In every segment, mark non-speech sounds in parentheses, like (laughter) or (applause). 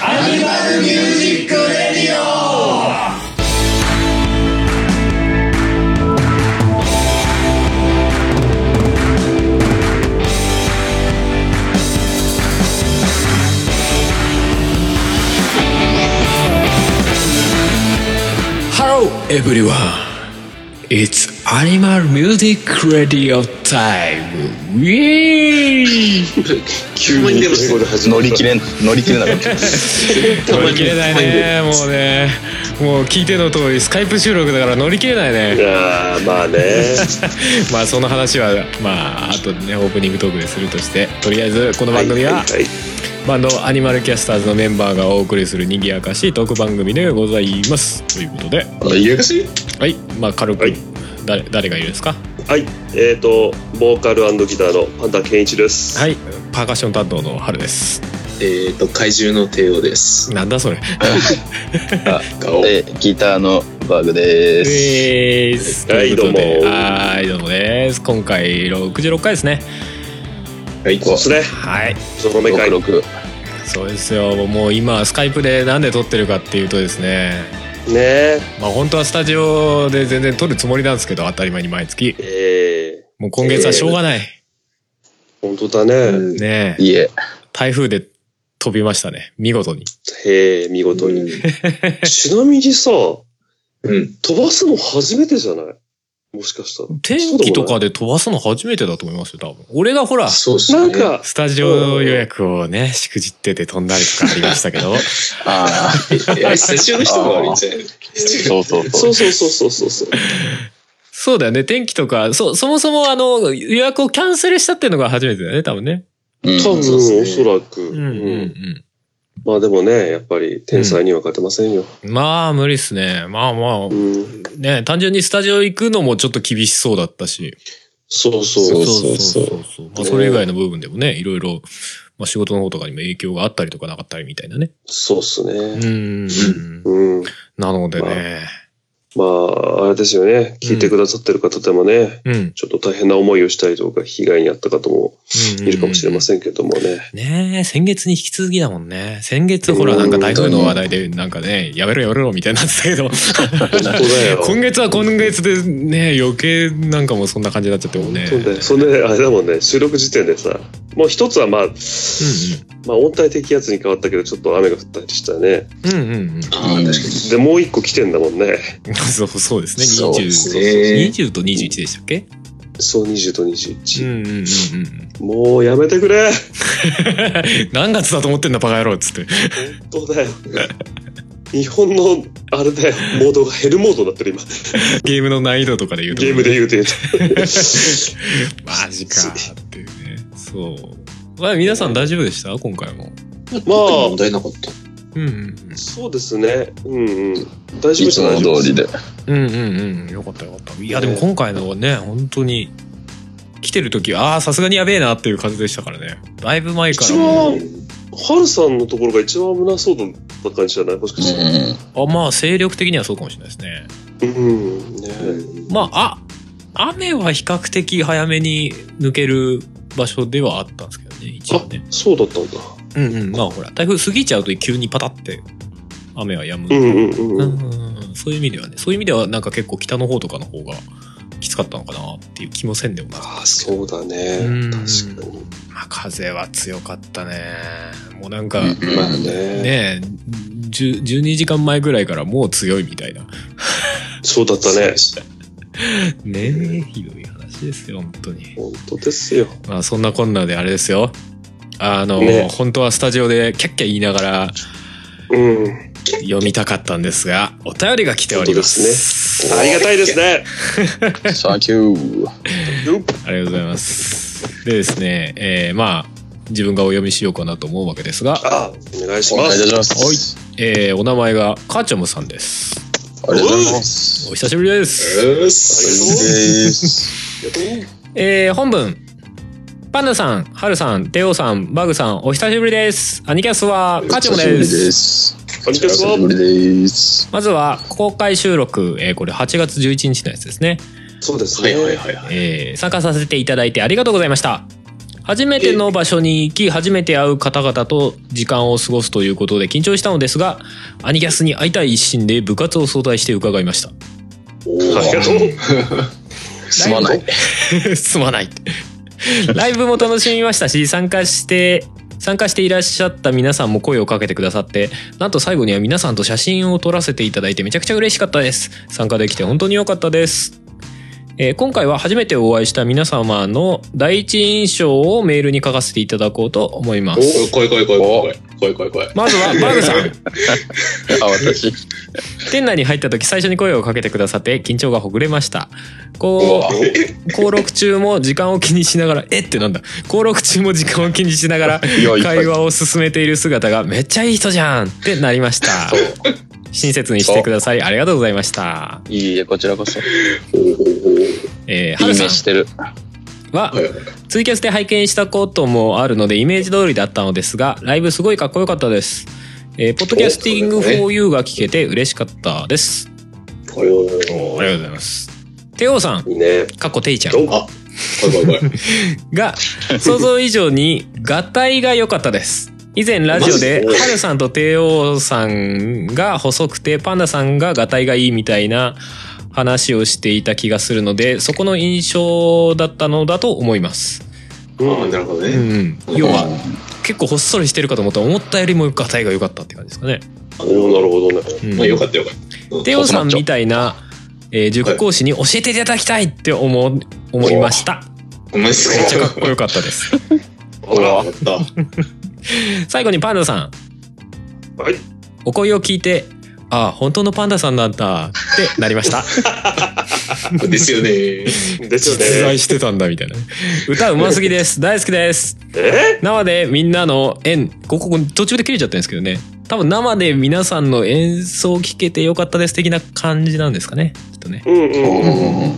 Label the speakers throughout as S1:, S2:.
S1: アニマルミュージックレディオ
S2: ハローエブリワン It's Animal Music Radio Time! ウェーイ (laughs)
S3: 急に英語で始ま
S4: 乗
S3: る
S4: り切れん乗り切れなか
S5: (laughs)
S4: った
S2: 乗り切れないねもうねもう聞いての通りスカイプ収録だから乗り切れないね (laughs)
S3: あーまあね
S2: まあその話はまああとねオープニングトークでするとしてとりあえずこの番組は
S3: はい
S2: バンドアニマルキャスターズのメンバーがお送りするにぎやかしいトーク番組でございますということで
S3: はいあいやかしい
S2: はいまあ軽く、
S3: はい
S2: 誰誰がいるんですか
S3: はいえっ、ー、とボーカルギターのパンダケンイチです
S2: はいいパーカッション担当の春です
S5: えっ、と、怪獣の帝王です。
S2: なんだそれ
S5: 顔。
S4: でギターのバグです、
S2: でーす。
S3: はい
S2: とうことで
S3: どうも
S2: はい、どうもです。今回66回ですね。
S5: はい。
S3: そうですね
S2: はい。
S3: その目会ね
S4: 66
S2: そうですよ。もう今、スカイプでなんで撮ってるかっていうとですね、
S3: え
S2: まあ本当はスタジオで全然撮るつもりなんですけど、当たり前に毎月。
S3: え
S2: もう今月はしょうがない。
S3: ー、本当だね、
S2: ねえ
S4: いえ
S2: 台風で飛びましたね。見事に。
S3: へえ見事に、ちなみにさ
S5: うん。
S3: 飛ばすの初めてじゃないもしかしたら
S2: 天気とかで飛ばすの初めてだと思いますよ、多分。俺がほら、ス
S5: そうっすね。
S3: なん、か
S2: タジオ予約をね、しくじってて飛んだりとかありましたけど。
S4: ああ
S5: いや、スタジオの人が悪いんじゃない
S4: そうそうそ
S3: そううそうそうそうそうそう
S2: そうだよね。天気とか、そ、そもそもあの、予約をキャンセルしたっていうのが初めてだよね、多分ね。
S4: うん
S3: 多分、
S5: そうですね
S3: おそらく、
S2: うんうん
S3: まあでもねやっぱり天才には勝てませんよ、
S2: うん。まあ、無理っすね。まあま
S3: う
S2: あ、
S3: ん
S2: ね、単純にスタジオ行くのもちょっと厳しそうだったし。
S3: そうそう
S4: そうそう
S2: そうそう。まあ、それ以外の部分でもね、いろいろ、まあ仕事の方とかにも影響があったりとかなかったりみたいなね。
S3: そうっす
S2: う
S3: ね、
S2: ん。
S3: うん
S2: なので
S3: ま
S2: ね。
S3: まあ、あれですよね。聞いてくださってる方でもね、
S2: うん。うん
S3: ちょっと大変な思いをしたりとか、被害に遭った方もいるかもしれませんけどもね。
S2: ん。ねえ、先月に引き続きだもんね。先月ほらなんか台風の話題でなんかね、やめろやめろみたいになってたけど。
S3: 本当だよ。
S2: 今月は今月でね余計なんかもうそんな感じになっちゃってもね
S3: そうだよ。そんで、あれだもんね、収録時点でさ、もう一つはまあ、まあ温帯低気圧に変わったけど、ちょっと雨が降ったりしたね。
S2: うんうんうんうんうん
S5: ああ、確かに。
S3: で、もう一個来てんだもんね。
S2: (laughs) そうそうですね
S5: そう
S2: 20
S5: ですね
S2: 20と21でしたっけ
S3: そう、20と
S2: うん
S3: 21。
S2: うんうんうん
S3: もうやめてくれ
S2: 何月だと思ってんだバカ野郎っつって
S3: 本当だよ。日本の、あれだよ、モードがヘルモードになってる今。
S2: ゲームの難易度とかで言うと
S3: ゲームで言うて。
S2: マジかっていうねそうまあ皆さん大丈夫でした今回も
S5: まあ、特に問題なかった。
S2: うんうん
S3: そうですね。うんうん。大丈夫
S4: い
S3: です
S4: つも通りで。
S2: うんうんうんよかったよかったいやでも今回のはね本当に来てる時ああさすがにやべえなっていう感じでしたからねだいぶ前から
S3: 一
S2: もう
S3: 番、ハルさんのところが一番危なそうだった感じじゃないもしかして。
S2: あまあ、精力的にはそうかもしれないですね。
S3: うん。ね
S2: まあ、あ、雨は比較的早めに抜ける場所ではあったんですけどね、一応ね。
S3: そうだったんだ。
S2: うんうん。まあほら、台風過ぎちゃうと急にパタって雨は止む。
S3: う
S2: うん
S3: んうん
S2: う
S3: うん。
S2: んうんそういう意味ではね、そういう意味ではなんか結構北の方とかの方がきつかったのかなっていう気もせんでもなか
S3: あ
S2: っ
S3: あ、そうだ
S2: うん
S3: ね。確かに。
S2: た。まあ風は強かったね。もうなんか、
S4: うん
S3: まあね。
S2: ねえ、10 12時間前ぐらいからもう強いみたいな。 (laughs)
S3: そうだったね。
S2: ねえ、ひどい話ですよ、本当に。
S3: 本当ですよ。
S2: まあそんなこんなであれですよ。あの、
S3: ね
S2: 本当はスタジオでキャッキャ言いながら
S3: うん。
S2: 読みたかったんですが、お便りが来ております。
S3: ありがたいですね。
S4: サンキュー
S2: ありがとうございます。でですね、えーまあ、自分がお読みしようかなと思うわけですが、
S3: あお願いし
S4: お
S3: ま
S4: 願いいた
S3: す。
S4: します
S2: えーお名前がカーチョムさんです。
S4: ありがとうございます
S2: お久しぶりです。
S5: うっ
S4: です
S2: えー本文。パンダさん、ハルさん、テオさん、バグさん、お久しぶりです。アニキャスはカーチョム
S4: お久
S2: で
S4: しぶり
S2: す
S4: で。す
S3: お願いし
S4: お久し
S3: ま
S4: ぶりです
S2: まずは公開収録、えーこれ8月11日のやつですね。
S3: す。そうです
S5: はいはい
S3: ね。
S5: はいはい。
S2: えー参加させていただいてありがとうございました。初めての場所に行き初めて会う方々と時間を過ごすということで緊張したのですがアニキャスに会いたい一心で部活を早退して伺いました
S3: ありがとう。
S4: すまない。
S2: (laughs) すまないライブも楽しみましたし参加して参加していらっしゃった皆さんも声をかけてくださってなんと最後には皆さんと写真を撮らせていただいてめちゃくちゃ嬉しかったです参加できて本当に良かったです、えー今回は初めてお会いした皆様の第一印象をメールに書かせていただこうと思います
S5: お来い来い来い来い来い来い来い。
S2: まずはバーグさん
S4: あ、私。
S2: 店内に入った時最初に声をかけてくださって緊張がほぐれました
S5: う
S2: こ
S5: わ
S2: う登録中も時間を気にしながら「えっ?」てなんだ登録中も時間を気にしな (laughs) がら
S4: いやいっぱい
S2: 会話を進めている姿がめっちゃいい人じゃんってなりました親切にしてくださりありがとうございました
S4: いいえ、こちらこそ。い
S5: おおおお。
S2: えー、
S4: い
S2: は
S4: 目
S2: るさん
S4: してる。
S2: は
S5: はいはいはい。
S2: ツイキャスで拝見したこともあるのでイメージ通りだったのですがライブすごいかっこよかったです、えーポッドキャスティング 4U が聞けて嬉しかったです
S5: これは
S2: ありがとうございますテオさん
S3: いいね。
S2: かっこテイちゃん
S3: どう
S5: あ、来い来い来い。
S2: が想像以上に合体が良かったです以前ラジオで
S5: マジ
S2: ハルさんと帝王さんが細くてパンダさんが合体がいいみたいな話をしていた気がするのでそこの印象だったのだと思います、
S5: ああ、なるほど
S2: う
S5: ね。
S2: ん、要は結構ほっそりしてるかと思ったら思ったよりも合体が良かったって感じですかね、
S3: おーなるほどね。
S2: うん
S5: まあよかったよかった。
S2: テオさんみたいな、えー塾講師に教えていただきたいって思う思いました
S5: お前す
S2: めっちゃ
S5: ご
S2: かっこよかったです
S5: (laughs) い。わかった。
S2: 最後にパンダさん
S3: はい。
S2: お声を聞いて、ああ、本当のパンダさんなんだってなりました。
S5: ですよね。
S3: ですよ
S2: 実在
S3: ね。
S2: してたんだみたいな。歌うますぎです。大好きです。
S3: え
S2: 生でみんなの演、ここ途中で切れちゃったんですけどね。多分生で皆さんの演奏聞けてよかったです的な感じなんですかね。きっとね。
S3: うんうん。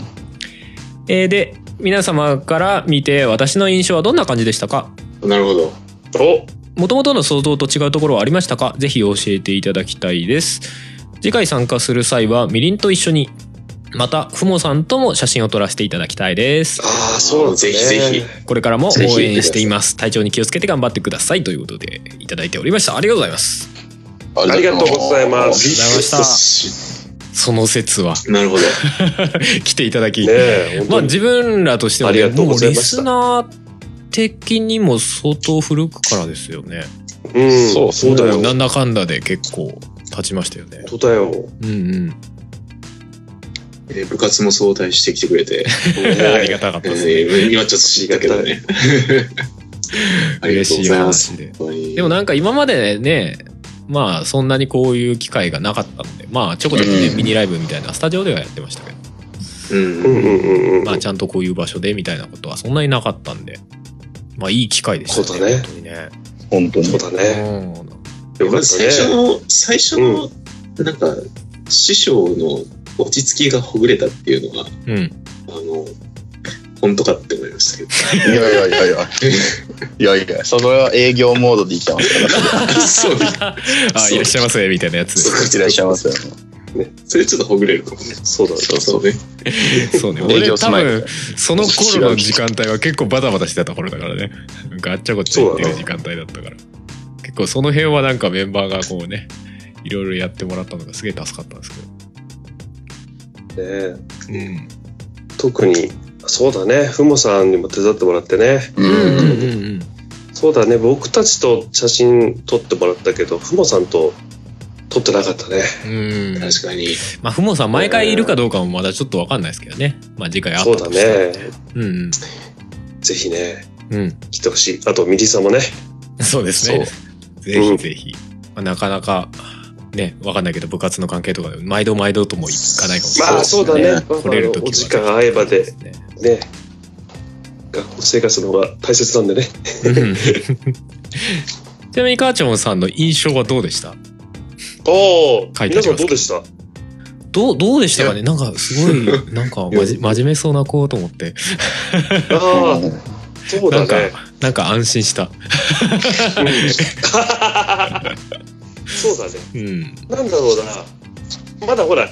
S2: えーで、皆様から見て私の印象はどんな感じでしたか
S5: なるほど。
S3: お
S2: 元々の想像と違うところはありましたかぜひ教えていただきたいです次回参加する際はみりんと一緒にまたふもさんとも写真を撮らせていただきたいです
S3: ああ、そうなんです
S5: ぜ
S3: ね。
S5: ひぜひ。
S2: これからも応援しています体調に気をつけて頑張ってくださいということでいただいておりましたありがとうございます
S3: ありがとうございま
S2: ありが
S3: す。
S2: とうございまその説は
S5: なるほど。
S2: 来ていただき、
S3: ねえ、
S2: まあ
S3: 本当
S2: 自分らとしては、
S3: ありがと
S2: も
S3: うご
S2: う
S3: ざい
S2: リ
S3: まし
S2: ス
S3: た
S2: ナー的にも相当古くからですよね
S3: に。うん、
S4: そう
S3: そうだ
S2: も
S3: よ。
S2: な
S3: 本
S2: んだかんだで結構経ちましたよね
S3: 当だ
S2: う
S3: よ。
S2: んうん
S5: えー部活も早退してきてくれて。
S2: (laughs) ありがたかっ
S5: え
S2: たです
S5: ー今ちょっと知ったけどね。 (laughs) ありがと
S2: 嬉
S5: うご
S2: しい
S5: ざいます。
S2: 話で。
S5: 本当に
S2: でもなんか今までね、まあそんなにこういう機会がなかったので、まあちょこちょこね、
S5: うん
S2: ミニライブみたいなスタジオではやってましたけど、
S5: うん
S3: うんうんうんうん。
S2: まあちゃんとこういう場所でみたいなことはそんなになかったんで、まあいい機会でした
S3: そう
S2: ね。
S3: だね
S2: 本当にね。
S4: 本当に
S3: そうだね。よか
S5: ま
S3: っ
S5: ず
S3: た
S5: 最初
S3: ね。
S5: の、最初の、なんか、師匠の落ち着きがほぐれたっていうのが、
S2: うん。うん。
S5: あの、本当かって思いましたけど。 (laughs)
S4: いやいやいやいや。いやいや、それは営業モードで生きてますから。
S5: そう、
S2: あ、いらっしゃいませ、みたいなやつ。
S5: そう
S4: いらっしゃいませ。
S5: それちょっとほぐれるかもね。
S3: そうだね。
S5: そうそうね。
S2: そう
S3: (laughs)
S2: ね。
S4: 営
S2: 俺
S4: 業
S2: 多
S4: スマイ
S2: 分
S4: ル、
S2: その頃の時間帯は結構バタバタしてた頃だからね。ガッチャゴッチャ言ってる時間帯だったから。結構その辺はなんかメンバーがこうね、いろいろやってもらったのがすげえ助かったんですけど。
S3: ね
S2: うん。
S3: 特に、そうだね。ふもさんにも手伝ってもらってね。
S4: う
S2: うん
S4: ん。
S2: うんうん。
S3: そうだね。僕たちと写真撮ってもらったけど、ふもさんと撮ってなかったね。
S2: うん、
S5: 確かに。
S2: まあ、ふもさん、毎回いるかどうかもまだちょっとわかんないですけどね。まあ、次回あった
S3: そう
S2: と
S3: だ
S2: して
S3: ね。
S2: も。うん
S3: ぜひね、
S2: うん。うん。
S3: 来てほしい。あと、ミリさんもね。
S2: (laughs) そうですね。ぜひぜひ。まあ、なかなか、ね、わかんないけど、部活の関係とかで、毎度毎度ともいかないかもしれない。
S3: まあ、そうだね。まあ
S2: 来れるときは
S3: お時間合えばで、
S2: ね。
S3: ね。学校生活の方が大切なんでね。
S2: うん (laughs) ちなみに、かーちゃんさんの印象はどうでした
S3: お
S2: 書
S3: ー
S2: いてあ
S3: 皆
S2: り
S3: さん
S2: ます
S3: どうでした
S2: どう、どうでしたかねなんか、すご (laughs) い、なんか、まじ真面目そうな子と思って、
S3: ああ、そう
S2: なん
S3: だ
S2: か
S3: ね。、
S2: なんか安心した。
S3: うんそうだね。
S2: うん。
S3: なんだろうな。まだほら、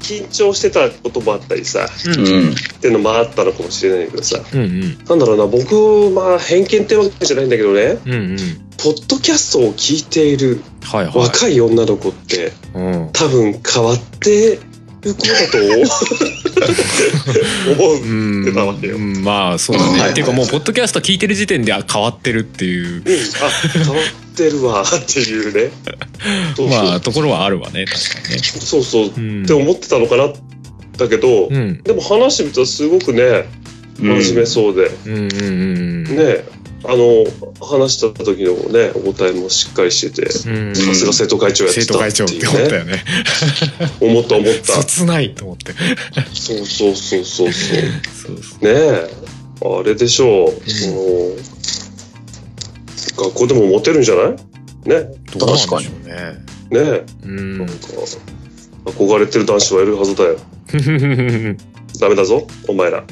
S3: 緊緊張してたこともあったりさ、
S2: う
S4: うんん。
S3: っていうのもあったのかもしれないけどさ、
S2: うんうん
S3: なんだろうな、僕、まあ、偏見ってわけじゃないんだけどね、
S2: うんうん
S3: ポッドキャストを聞いている
S2: はいはい
S3: 若い女の子って、
S2: うん
S3: 多分変わってる子だと
S2: (laughs)
S3: 思う思う。
S2: うん
S3: 出たわけよ
S2: うんまあそうだね、
S4: はい
S2: っていうかもうポッドキャスト聞いてる時点であ変わってるっていう
S3: うん、あ変わってるわっていうね。そうそう,、
S2: まあところはあるわね確かにね
S3: そうそうっ
S2: うん
S3: て思ってたのかなだけど、
S2: うん
S3: でも話してみたらすごくね真面目そうで、
S2: うんうんうんうん
S3: ねあの話した時のねお答えもしっかりしてて。
S2: うん
S3: さすが生徒会長やっ
S2: 生
S3: て
S2: 徒
S3: た
S2: 会長
S3: っ
S2: ってて
S3: いう
S2: 思った
S3: ね
S2: よね
S3: 思った思った
S2: 切ないと思って
S3: そうそうそうそうそうね
S2: そうそう
S3: えあれでしょう、その学校でもモテるんじゃないね
S2: どうなんでしょうね
S3: ね
S2: うん
S3: なんか憧れてる男子はいるはずだよダメだぞお前ら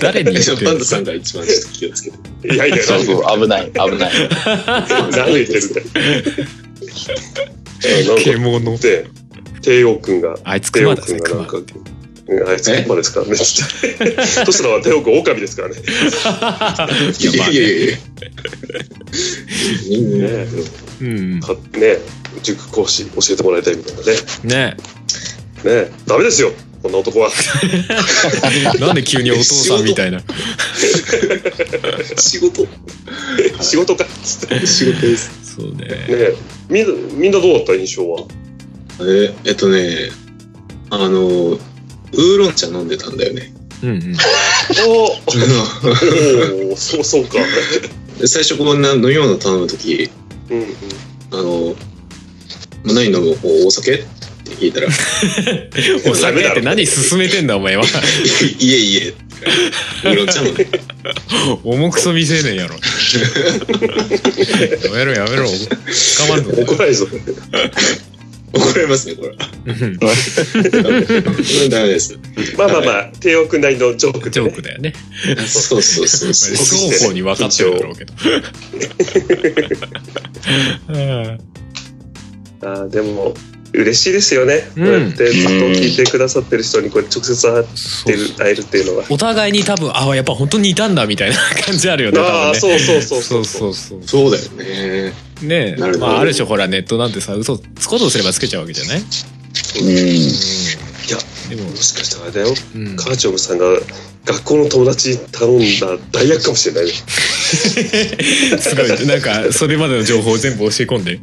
S2: 誰に言って
S5: パン
S2: る
S5: ダさんが一番ちょっと気をつけて。
S3: いやいや
S4: そう
S3: 何言っ
S4: そう、危ない、危ない。
S3: 何言ってるんだよえなんか
S2: 獣
S3: で帝王君が
S2: あいつ
S3: 帝
S2: 熊
S3: 王
S2: だぜ
S3: 君がなん
S2: 熊
S3: かうんあいつクマですからねそしたら帝王君狼ですからね
S5: いやいやい (laughs) やいや。みんな
S3: ね
S2: うん
S3: かね塾講師教えてもらいたいみたいなね
S2: ね (laughs)
S3: ねダメですよこんな男は
S2: なんで急にお父さんみたいな
S5: 仕事
S3: 仕事かっつってね
S5: 仕事です。
S2: そうね
S3: みんなみんなどうだった印象は
S5: ええっとねあのウーロン茶飲んでたんだよ (laughs) ね。
S2: うんうん
S3: おーおーそうそうか
S5: 最初こんな飲み物頼む時
S3: うんうん
S5: あのまあ何飲むお酒って聞い (laughs) たらい
S2: お酒って何進めてんだお (laughs) 前は
S5: いえいえウーロン茶飲んで
S2: 重くそ見せねえ (laughs) やろやめろやめろ捕まんぞ
S3: 怒られるぞ
S5: 怒られますねこれ。
S2: うん
S5: ダメです。
S3: まあまあまあ帝王君なりのジョーク
S2: ジョ
S3: でね
S2: ークだよね
S5: そうそうそうそう。
S2: 双方に分かってるだろうけど (laughs)
S3: あーでも嬉しいですよね、
S2: うん
S3: こうやってずっと聞いてくださってる人にこう直接会ってる会えるっていうのは
S2: お互いに多分あやっぱ本当にいたんだみたいな感じあるよね多
S3: ああ
S2: 分
S3: ー
S2: ね
S3: そうそうそ
S2: そ
S3: うそうう
S2: そ
S3: そう
S2: う
S5: (laughs)
S2: そう
S5: そうだよね。
S2: ね
S5: なる
S2: え
S5: ほ
S2: ま
S5: ど
S2: あある種ほらネットなんてさ嘘つこうとすればつけちゃうわけじゃない
S4: うん。
S3: いや
S2: でも
S3: もしかしたらあれだよ
S2: うん
S3: カーチョブさんが学校の友達に頼んだ代役かもしれ (laughs) ないね
S2: (laughs) すごいなんかそれまでの情報を全部教え込んで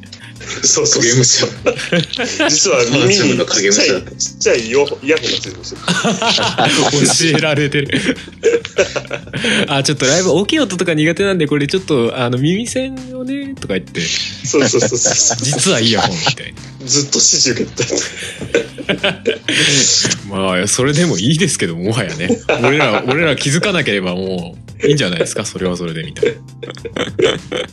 S3: そうそう
S5: 影
S3: そう
S5: 武者。
S3: (laughs) 実は耳
S5: カーチョブの
S3: に
S5: 影武
S3: ちっ
S5: 者
S3: ち
S5: だ
S3: ゃ
S5: っ
S3: い
S5: た
S3: ちっちゃいよヤホがついてますよ
S2: 教えられて (laughs) るあちょっとライブ大きい音とか苦手なんでこれちょっとあの耳栓をねとか言って
S3: そうそうそうそう
S2: 実はイヤホンみたいな
S3: ずっと指示受けてた (laughs)
S2: まあそれでもいいですけどもはやね俺ら俺ら気づかなければもういいんじゃないですかそれはそれでみたい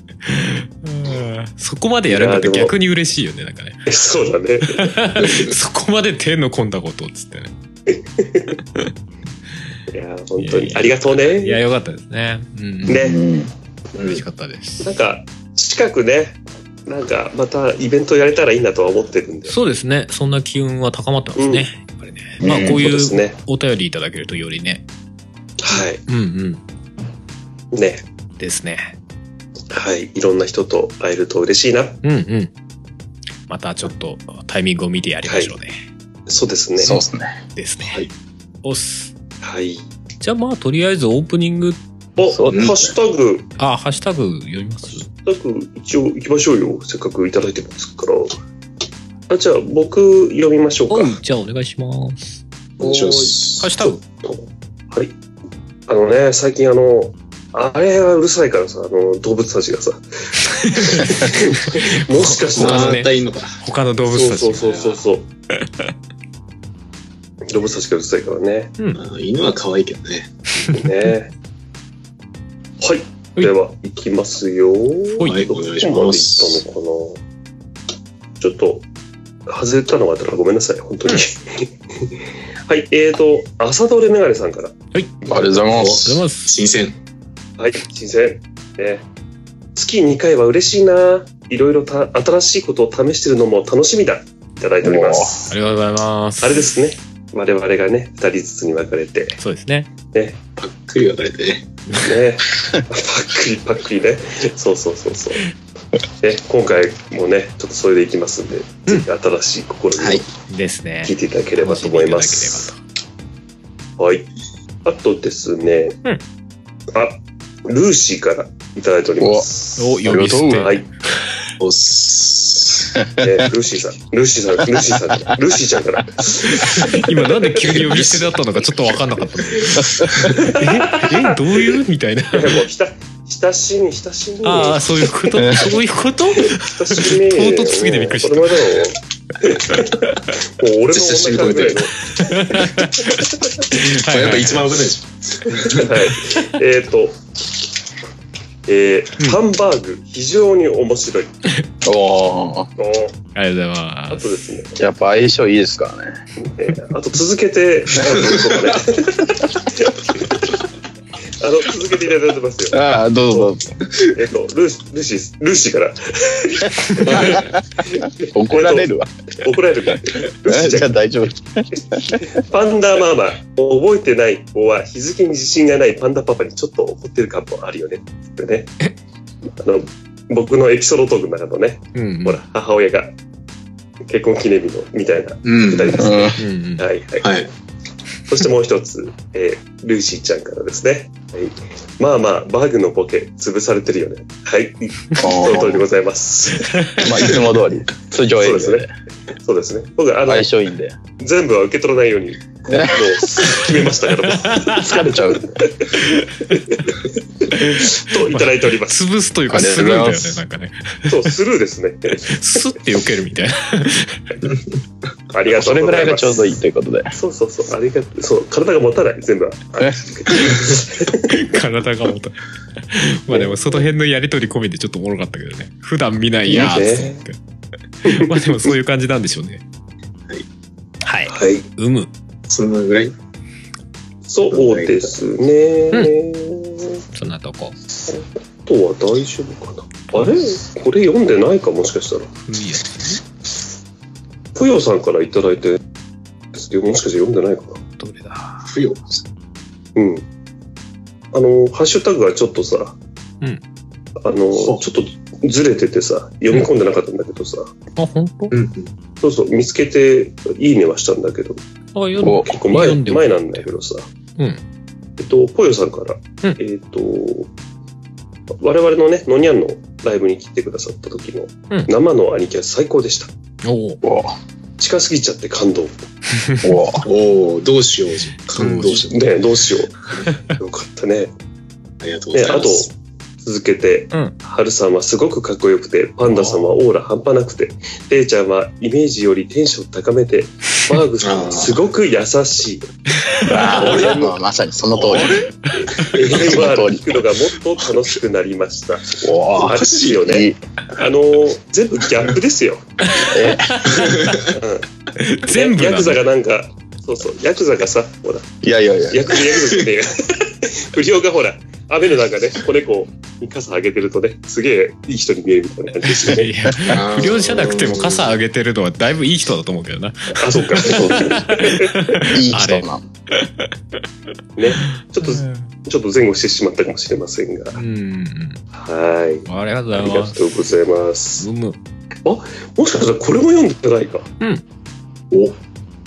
S2: なうんそこまでやるんだって逆に嬉しいよねなんかね
S3: そうだね
S2: そこまで手の込んだことっつってね
S3: いや本当にありがとうね
S2: いやよかったですねうん
S3: ね
S4: うん。
S2: 嬉しかったです
S3: なんか近くねなんかまたイベントやれたらいいなとは思ってるんで
S2: そうですねそんな機運は高まったんですね、
S3: うん
S2: やっぱりねまあ
S4: うん
S2: こう
S3: そうです
S2: いう
S3: ね
S2: お便りいただけるとよりね
S3: は
S2: うんうん
S3: いね
S2: ですね
S3: はい、いろんな人と会えると嬉しいな。
S2: うんうんまたちょっとタイミングを見てやりましょうね、
S3: そうですね。
S4: そうですね。
S2: ですね、
S5: はい
S2: おっす
S3: はい。
S2: じゃあまあとりあえずオープニング
S3: お、
S4: そうですね
S3: ハッシュタグ、
S2: あハッシュタグ読みます
S3: ハッシュタグ一応行きましょうよ。せっかくいただいてますから。あ、じゃあ僕読みましょうか。
S2: おいじゃあお願いします
S5: お願いします
S2: ハッシュタグ
S3: はい。あのね、最近あの、あれがうるさいからさ、あの、動物たち
S4: (laughs)
S3: がさ。もしかしたら
S2: あ
S5: あ
S2: ー
S5: またいいのか。
S2: 他の動物
S3: そう
S2: たち
S3: そうそうそ
S2: (laughs)
S3: うそう。動物たちがうるさいからね。
S5: あ犬は可愛いけどね。
S3: ね。
S2: (laughs)
S3: はい。では、いきますよ。
S2: ほい
S5: はい、お願いします。
S3: どこまで行ったのかな。ちょっと、外れたのがあったらごめんなさい、
S2: (laughs)
S3: 本当に。はい、えーと、朝どれメガネさんから。
S4: ありがとうございま
S2: ありがとうござ
S4: す。
S2: います
S5: 新鮮。
S3: はい、新鮮。ね、月2回は嬉しいな。いろいろた新しいことを試してるのも楽しみだ。ただいております。
S2: ありがとうございます
S3: あれですね。我々がね、二人ずつに分かれて、
S2: そうですね
S3: ね、
S5: パックリ分かれてね。
S3: ね、 (laughs) パックリパックリね。そうそうそうそう。ね、今回もね、ちょっとそれでいきますんで、ぜひ新しい試
S5: は
S3: み
S5: い
S3: を
S2: ですね
S3: 聞いていただければと思います。
S2: 楽しんでいただければと
S3: はい。あとですね、
S2: うん
S3: あ、ルーシーからいただいております。
S2: お呼び捨て
S3: はい、ね、
S5: おっす。
S3: ルーシーさん、ルーシーさん、ルーシーさんから、ルーシーちゃんから。
S2: 今なんで急に呼び捨てだったのかちょっと分かんなか
S3: (laughs)
S2: ったんだけどええどういうみたいな
S3: いやもうひた親しみ、親しみ、
S2: ああ
S3: 親
S2: そういう
S3: (laughs)
S2: ことそういうこと
S3: しみ。
S2: 唐突すぎてびっくりした
S3: これまでも、もう俺の
S5: 親しみ
S3: 同
S5: 込め
S3: じ
S5: てる
S3: ぐら
S2: (laughs)
S5: こ
S3: いの。
S5: れやっぱ一番危ないでし
S3: はい。えっ、と、えー
S2: うん
S3: ハンバーグ、非常に面白い。
S4: おー
S3: おー
S2: ありがとうござ
S3: あ
S2: い
S3: と
S2: ま
S3: ですすね、
S4: やっぱ相性いいですからね。
S3: えーあと続けて、あそういうことね (laughs) あの続けていただいてますよ。
S4: ああ、どうぞどうぞ。
S3: えっ、と、ルーシルーシー、ルーシーから
S4: 怒られる (laughs) わ。
S3: 怒られるから。ルーシーちゃん
S4: じゃあ大丈夫。
S3: パンダママ、覚えてない子は日付に自信がないパンダパパにちょっと怒ってる感もあるよね。ってね。あの、僕のエピソードトークの中のね、
S2: うんうん
S3: ほら、母親が結婚記念日の、みたいな
S5: ょ。う
S3: くだりで
S4: う
S3: す。
S4: ん。
S2: うんうん
S3: はいはい。
S5: はい。
S3: そしてもう一つ、えールーシーちゃんからですね。はい。まあまあ、バーグのボケ、潰されてるよね。はい。その通りでございます。
S4: まあ、いつも通り。通常営業
S3: そうで。
S4: です
S3: そうですね。僕、あの、
S4: 相性いいんで。
S3: 全部は受け取らないように、こう決めましたから、
S4: (laughs) 疲れちゃう。
S3: といただいております。
S2: 潰すというか
S4: ありが
S2: す
S4: とう
S2: る
S4: んござい
S2: だよね
S4: ます
S2: なんかね
S3: そう、スルーですね。
S2: スッて避けるみたいな
S3: ありがと
S4: そうれ
S3: ご
S4: ぐ
S3: ざ
S4: らい
S3: い
S4: が
S3: ます。
S4: ちょうどいいということで。
S3: そうそうそう、ありがとう。そう、体が持たない、全部は。
S4: え
S2: 体が重たい (laughs) まあでもその辺のやり取り込みでちょっとおもろかったけどね普段見ないやーっつって (laughs) まあでもそういう感じなんでしょうね
S5: はい
S2: はい
S3: はい。
S2: うむ
S5: そんなぐらい
S3: そうですね。
S2: そんなとこ
S3: あとは大丈夫かな。あれこれ読んでないか、もしかしたら。
S2: いいよ
S3: ぷよさんからいただいて、もしかして読んでないかな。
S2: どれだ
S5: 不要。
S3: うん。あの、ハッシュタグがちょっとさ、
S2: うん
S3: あの、ちょっとずれててさ、読み込んでなかったんだけどさ、
S2: あ本当
S5: うん。
S3: そうそう、見つけて、いいねはしたんだけど、
S2: あ読ん
S4: お
S3: 結構前
S2: 読んでも
S3: 前なんだけどさ、
S2: うん
S3: えっと、ぽよさんから、
S2: ん
S3: えっと、我々のね、のにゃんのライブに来てくださった時の、
S2: うん
S3: 生のアニキャス最高でした。
S2: おお
S4: おお
S3: 近すぎちゃって感動。
S5: おおどうしよう。感動し
S3: ねどうしよ
S2: (laughs)
S3: う。よかったね。
S5: た。ありがとうご
S3: ね
S5: ざい
S3: あ
S5: ま
S3: と
S5: す。、
S3: 続けて、
S2: うん
S3: 春さんはすごくかっこよくて、パンダさんはオーラ半端なくて、レイちゃんはイメージよりテンション高め
S2: (laughs)
S3: て、バーグさんはすごく優しい。
S4: あまあまさにその通
S3: 永遠は聞くのがもっと楽しくなりました。
S4: り。お
S3: (laughs) おかしいよね。
S4: いい。
S3: あのー全部ギャップですよ。
S4: え
S2: 全部
S3: ヤ
S2: だ
S3: ヤクザがなんか、そうそう、ヤクザがさ、ほら、
S4: いやいやいや。
S3: ヤクザ、ヤクザって、不良がほら、雨の中ね、子猫に傘あげてるとね、すげえいい人に見えるみたいな感じです
S2: (laughs)
S3: よね。
S2: いや
S5: あー
S2: 不良じゃなくても傘上げてるのはだいぶいい人だと思うけどな
S3: あ、そっか。
S4: そうそういい人な。
S3: ね、ちょっと、
S2: う
S3: ちょっと前後してしまったかもしれませんが。
S2: ん
S3: はい。
S2: ありがとうご
S3: あ
S2: ざい
S3: りが
S2: ます
S3: とうございます。
S2: うむ
S3: もしかしたらこれも読んでないか。
S2: うん。
S3: お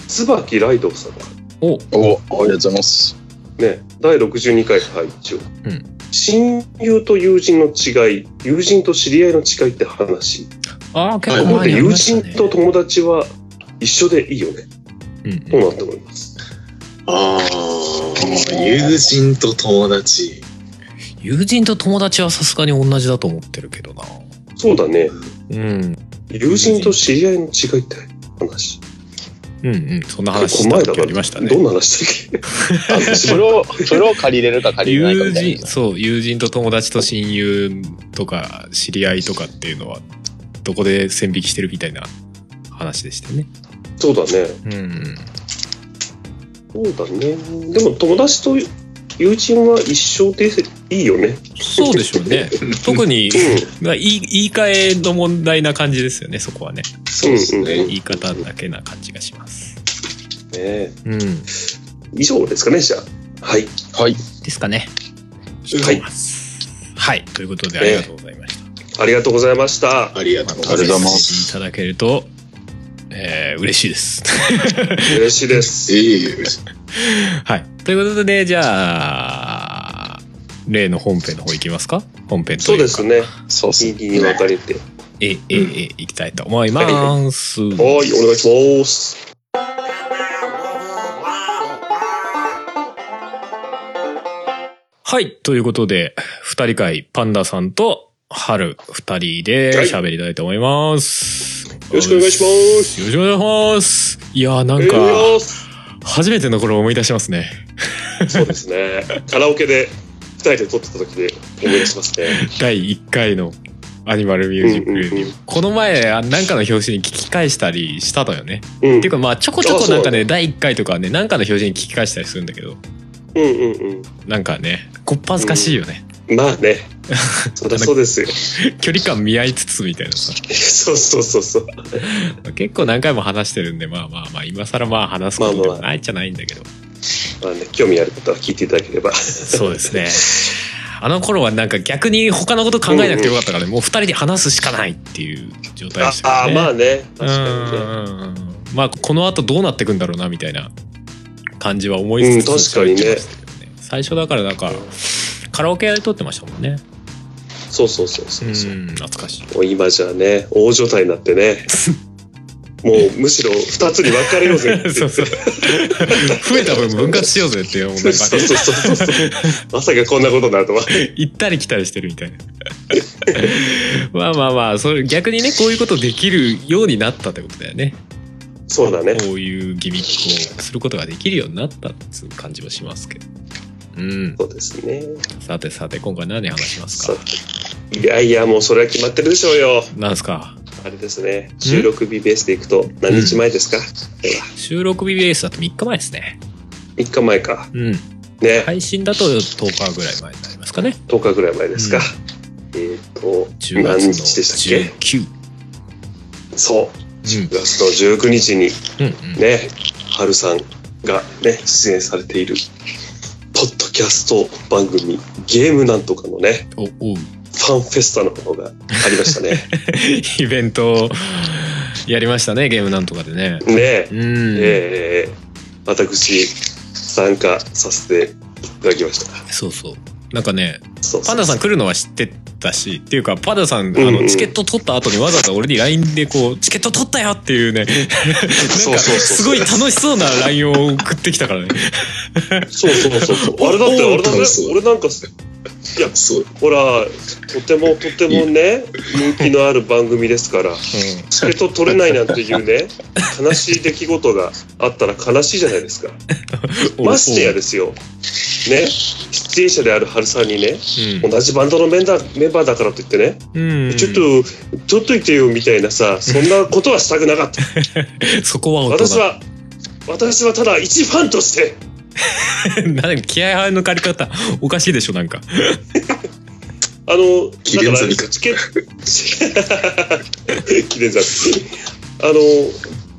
S3: 椿ライドウさんから
S2: お
S4: おおありがとうございます。
S3: ね、第62回配置を、
S2: うん
S3: 親友と友人の違い友人と知り合いの違いって話
S2: あー結
S3: こ
S2: 構
S3: こ
S2: 前
S3: で
S2: にやり
S3: 友
S2: まし
S3: 人
S2: たね
S3: と友達は一緒でいいよね
S2: うん
S3: となっております
S5: ああ友人と友達。
S2: 友人と友達はさすがに同じだと思ってるけどな
S3: そうだね
S2: うん
S3: 友人と知り合いの違いって話
S2: うんうんそんな話
S3: 結
S2: し
S3: 構
S2: た
S3: 前だ
S2: 時
S3: か
S2: あ
S3: ら
S2: りました
S3: どん
S2: ね
S3: な話 (laughs) だっ
S4: あそれを、それを借りれるか借りれないか
S2: 友
S4: みたい
S2: 人
S4: な。
S2: そう友人と友達と親友とか知り合いとかっていうのはどこで線引きしてるみたいな話でしたよね
S3: けそうだね
S2: うん
S3: そうだねでも友達と友人は一生でいいよね。
S2: そうでしょうね特に
S3: う
S2: まあ言い言い換えの問題な感じですよねそこはね
S5: そうです
S3: うんうん
S5: ね。
S2: 言い方だけな感じがします
S3: ん。ね
S2: うんで
S3: 以上ですかね、じゃあ。はい。
S4: はい。
S2: すかね
S3: は
S2: はい
S3: い。
S2: はいということでありがとうございました、
S3: ありがとうございました。
S5: ありがとうござい
S4: ありがとうございま
S5: ます。
S4: す
S2: いただけると、えー、嬉しいです。
S3: 嬉しいで
S2: (laughs)
S3: す。
S5: ええ嬉しい
S2: はい。ということで、じゃあ、例の本編の方行きますか本編と
S3: そ
S2: いううか。
S3: ですね。
S4: そうっす
S3: 右
S4: ね。
S3: に分かれて。
S2: え、え、え、行きたいと思います。
S3: はい、お願いします。
S2: はい。ということで、二人会、パンダさんと、春、二人で喋りたいと思います。
S3: よろしくお願いします。
S2: よろしくお願いします。いやー、なんか、
S3: えー
S2: 初めての頃を思い出しますね。
S3: そうですね。カラオケで二人で撮ってた時で思い出しますね。
S2: 第1回のアニマルミュージックレディオ
S3: うんうんうん
S2: この前あなんかの表紙に聞き返したりしたのよね、
S3: うん
S2: っていうかまあちょこちょこなんかね第1回とかはねなんかの表紙に聞き返したりするんだけど
S3: うんうん
S2: なんかねこっぱずかしいよね、
S3: うん。まあ
S2: (laughs)
S3: ね。そりゃそうですよ。 (laughs)
S2: 距離感見合いつつみたいなさ
S3: そうそうそうそう。
S2: 結構何回も話してるんでまあまあまあ今更まあ話すことでもないっちゃないんだけど、
S3: まあね、興味ある方は聞いていただければ。
S2: そうですねあの頃はなんか逆に他のこと考えなくてよかったからねもう2人で話すしかないっていう状態で
S3: あ
S2: した
S3: あ
S2: よね
S3: ー、まあね。
S2: う
S3: 確か
S2: んまあこの後どうなっていくんだろうなみたいな感じは思いつつ
S3: うん確かにね
S2: 喋ってましたけどね最初だからだからカラオケで撮ってましたもんね
S3: にね。そうそうそう
S2: う
S3: そうそう。
S2: ん懐かしい
S3: もう今じゃね、大所帯になってね。もうむしろ二つに分かれようぜって
S2: (laughs) そうそう増えた分分割しようぜっていうもう
S3: そ
S2: な
S3: うん
S2: か
S3: そうそうそう。まさかこんなことになるとは。
S2: 行ったり来たりしてるみたいなまあまあまあそれ逆にねこういうことできるようになったってことだよね
S3: そうだね。
S2: こういうギミックをすることができるようになったっつう感じもしますけどうん
S3: そうですね。
S2: さてさて今回何話しますか
S3: そういやいや、もうそれは決まってるでしょうよ。
S2: なんですか
S3: あれですね。収録日ベースでいくと何日前ですか、これは
S2: 収録日ベースだと3日前ですね。
S3: ?3 日前か。
S2: うん。
S3: ね。
S2: 配信だと10日ぐらい前になりますかね。
S3: 10日ぐらい前ですか。えっ、と、
S2: 10月
S3: 何日
S2: の
S3: でしたっ
S2: 19。
S3: けそ
S2: う
S3: う。
S2: ん
S3: 10月の19日に
S2: うんうん。
S3: ね、はるさんがね、出演されている、ポッドキャスト番組、ゲームなんとかのね、
S2: お、おう。
S3: ファンフェスタのものがありました
S2: (laughs)
S3: ね。
S2: イベントやりましたね、ゲームなんとかでね。
S3: ね
S2: うん。
S3: えー私、参加させていただきました。
S2: そうそう。なんかね、
S3: そうそ
S2: パ
S3: う
S2: ンダさん来るのは知ってたし、っていうか、パンダさん、あ
S3: うんう
S2: の、
S3: ん
S2: チケット取った後にわざわざ俺に LINE でこう、チケット取ったよっていうね、なん
S3: そう
S2: か、
S3: そうそう
S2: すごい楽しそうな LINE を送ってきたからね。
S3: そうそうそうそう。あれだって、
S5: お
S3: あれだね
S5: 楽しそ。う
S3: 俺なんか、いや、
S5: そう。
S3: ほら、とてもとてもね、人気のある番組ですから、チケット取れないなんていうね、悲しい出来事があったら悲しいじゃないで
S2: (laughs)
S3: すか。
S2: うん
S3: ましてやですよ。ね、出演者である春さんにね、
S2: うん
S3: 同じバンドのメンバーメンバーだからといってね、
S2: うん。
S3: ちょっと、取っといてよみたいなさ、そんなことはしたくなかった。
S2: (laughs) そこは大人
S3: 私は、私はただ一ファンとして、
S2: (laughs) なんか気合の抜かれ方おかしいでしょなんか
S3: あの、
S5: 紀元
S3: だ
S5: 前
S3: からチケッ (laughs) ト、記念座。あ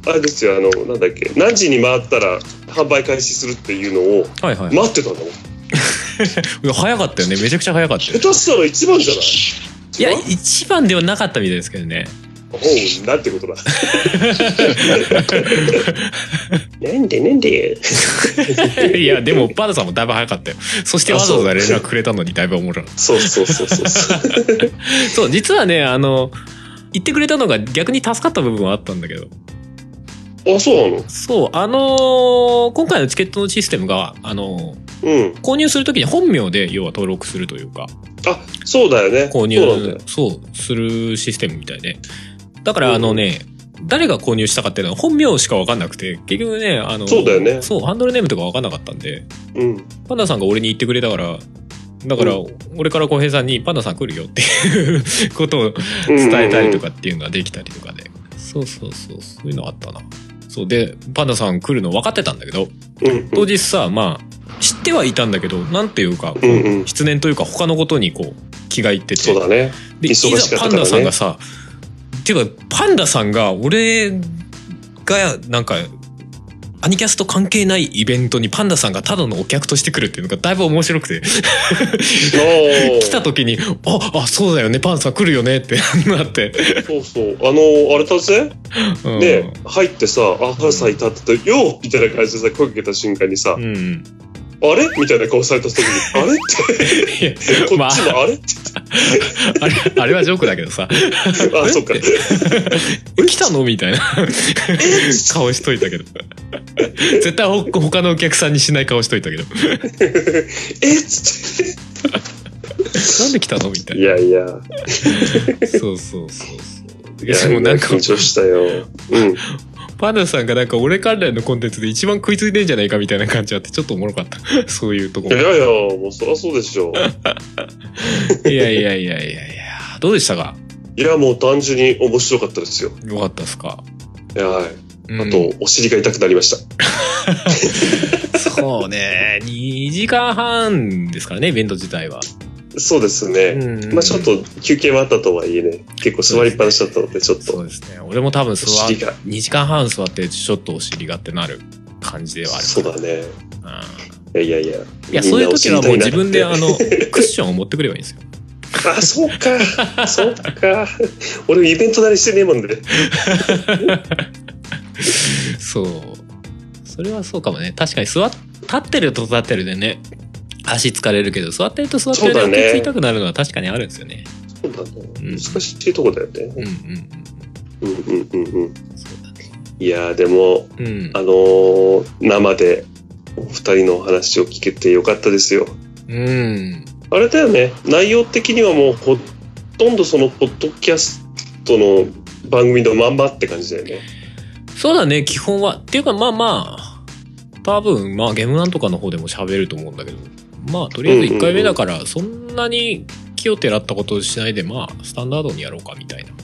S3: の、あれですよ、あの、なんだっけ、何時に回ったら販売開始するっていうのを
S2: はいはい、
S3: 待ってたんだもん。
S2: いや早かったよねめちゃくちゃ早かった
S3: 下
S2: よ
S3: 手したら一番じゃない
S2: いや一番ではなかったみたいですけどね
S3: おう、なんてことだ。なんでなんで。
S2: (laughs) いやでもパダさんもだいぶ早かったよそしてわざわざ連絡くれたのにだいぶおもろい
S3: そうそうそうそうそう。
S2: そう実はねあの言ってくれたのが逆に助かった部分はあったんだけど
S3: あ、そうなの
S2: そうあのー今回のチケットのシステムがあのー
S3: うん。
S2: 購入するときに本名で要は登録するというか
S3: あ、そうだよね。
S2: 購入
S3: そうなんだよ。
S2: そうするシステムみたいでだからあのね、誰が購入したかっていうのは本名しか分かんなくて結局ねあの
S3: そうだよね
S2: そうハンドルネームとか分かんなかったんで
S3: うん。
S2: パンダさんが俺に言ってくれたからだから
S3: う
S2: 俺から浩平さんに「パンダさん来るよ」っていうことを伝えたりとかっていうのができたりとかで、そうそうそうそういうのあったなそうでパンダさん来るの分かってたんだけど
S3: うん。うん。
S2: 当日さまあ知ってはいたんだけどなんていうかこう
S3: うんうん
S2: 失念というか他のことにこう気がいってて
S3: そう
S2: (laughs)
S3: だね。
S2: でい
S3: 忙しか
S2: ざ
S3: ったか
S2: パ
S3: ら
S2: ン
S3: ね
S2: ダさんがさっていうかパンダさんが俺がなんかアニキャスと関係ないイベントにパンダさんがただのお客として来るっていうのがだいぶ面白くて
S3: おー
S2: 来た時に「ああそうだよねパンダさん来るよね」ってなって、
S3: そうそう。あの、あれだぜ。
S2: うん、
S3: で、入ってさ、あ、ハルさんいたって言って、ようみたいな感じでさ、声かけた瞬間にさ、
S2: うん
S3: あれみたいな顔され
S2: (laughs)
S3: た時に、あれっ
S2: い
S3: て、
S2: や
S3: こ
S2: まあ
S3: っちもあれって。
S2: あれあれはジョークだけどさ「
S3: あ、そっか。
S2: 来たの?」みたいな顔しといたけど絶対ほ他のお客さんにしない顔しといたけど「
S3: えっつっ
S2: なんで来たの?」みた
S3: て。
S2: い
S3: いやいや。
S2: なそうそうそうそう
S3: い
S2: いやでもなんか
S3: 緊張したよ。うん。
S2: パンダさんがなんか俺関連のコンテンツで一番食いついてんじゃないかみたいな感じあってちょっとおもろかったそういうとこ
S3: い
S2: も
S3: やいや、もうそりゃそうでしょ。
S2: いやいやいやいやいやどうでしたか
S3: いや、もう単純に面白かったですよ。
S2: よかったですか
S3: いやはい。
S2: うん
S3: あと、お尻が痛くなりました。
S2: そうね2時間半ですからねイベント自体は、
S3: そうですね。
S2: うん
S3: まあちょっと休憩はあったとはいえね、結構座りっぱなしだったので、ちょっ
S2: そ
S3: と
S2: うですね俺も多分座
S3: お尻が。
S2: 2時間半座ってちょっとお尻がってなる感じではある
S3: そうだね。
S2: うん
S3: いやいやいや。
S2: いやそういう時はもう自分であ
S3: みんな
S2: のクッションを持ってくればいいんですよ
S3: お尻痛いなって。あ、そうか。そうか。俺イベントなりしてねえもんで。
S2: そう。それはそうかもね。確かに座っ立ってると立ってるでね、足疲れるけど、座ってると座ってるで
S3: そうだね
S2: おけつ痛くなるのは確かにあるんですよね。
S3: そうだね。
S2: うん
S3: 難しいとこだよ
S2: うん
S3: ね。
S2: うんうん。
S3: うんうんうんうん。
S2: そうだね。
S3: いやーでも、
S2: うん
S3: あ。のー生でお二人のお話を聞けてよかったですよ。
S2: うん。
S3: あれだよね、内容的にはもうほとんどそのポッドキャストの番組のまんまって感じだよね。
S2: そうだね、基本は。っていうかまあまあ、多分まあゲームなんとかの方でも喋ると思うんだけど、まあとりあえず1回目だから、そんなに気をてらったことをしないで、まあスタンダードにやろうかみたいなと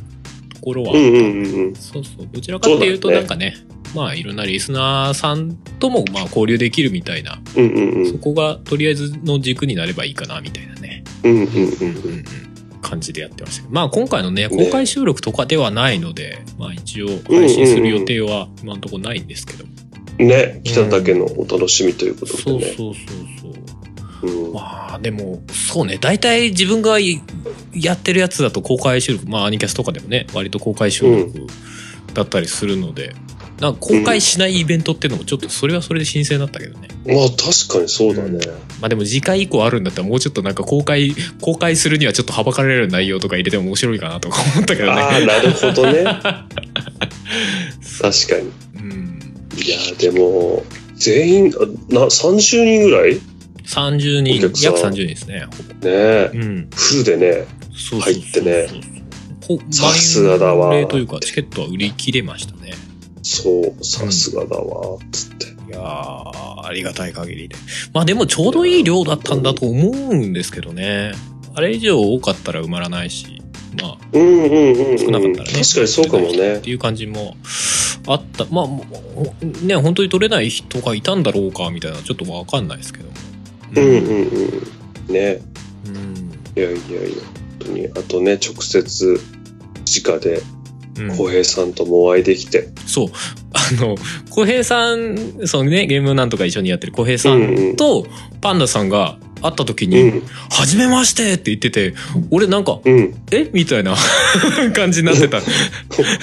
S2: ころは
S3: うんうんうんうん。
S2: そうそう。どちらかっていうと、
S3: そうだ
S2: な
S3: ね
S2: んかね、まあ、いろんなリスナーさんとも、まあ、交流できるみたいな、
S3: うんうんう
S2: そ
S3: ん。
S2: こが、とりあえずの軸になればいいかな、みたいなね、
S3: うんうん
S2: うん
S3: う
S2: んうん、感じでやってましたけど。まあ、今回のね、公開収録とかではないので、まあ、一応、配信する予定は、今のところないんですけど。
S3: うん。ね、来ただけのお楽しみということ
S2: そう
S3: で
S2: そう
S3: ね。
S2: そうそう。
S3: うん
S2: まあ、でも、そうね、大体自分がいやってるやつだと公開収録、まあ、アニキャスとかでもね、割と公開収録だったりするので、なんか公開しないイベントっていうのもちょっとそれはそれで新鮮だったけどね。
S3: まあ確かにそうだね。
S2: まあでも次回以降あるんだったらもうちょっとなんか公開、公開するにはちょっとはばかられる内容とか入れても面白いかなとか思ったけど
S3: あ
S2: ね。
S3: あ、なるほど
S2: (laughs)
S3: ね。確かに。
S2: うん。
S3: いやーでも、全員、あな30人ぐらい
S2: 30人、
S3: お客さ
S2: 約30
S3: ん
S2: 人ですね。ほぼ
S3: ね
S2: うん。
S3: フルでね。
S2: そうそうそう
S3: 入ってね。
S2: こ
S3: さすがだわ
S2: 前売れというかチケットは売り切れましたね。
S3: そう、さすがだわ、つって。
S2: いやー、ありがたい限りで。まあでもちょうどいい量だったんだと思うんですけどね。あれ以上多かったら埋まらないし、まあ
S3: うんうんうん、うん。
S2: 少なかったらね。
S3: 確かにそうかも
S2: っ
S3: ね
S2: て。いう感じもあった。まあ、もうね、本当に取れない人がいたんだろうか、みたいな、ちょっとわかんないですけど。
S3: うんうんうん。ね。
S2: うん。
S3: いやいやいや、本当に。あとね、直接、直で、
S2: うん
S3: 浩平さんともお会いできて。
S2: そう。あの、小平さん、そのね、ゲームなんとか一緒にやってる小平
S3: う
S2: さ
S3: ん
S2: ん
S3: うん。
S2: とパンダさんが会った時
S3: う
S2: に、
S3: ん
S2: はじめましてって言ってて、俺なんか、
S3: うん。 (laughs)
S2: えみたいな (laughs) 感じになってた。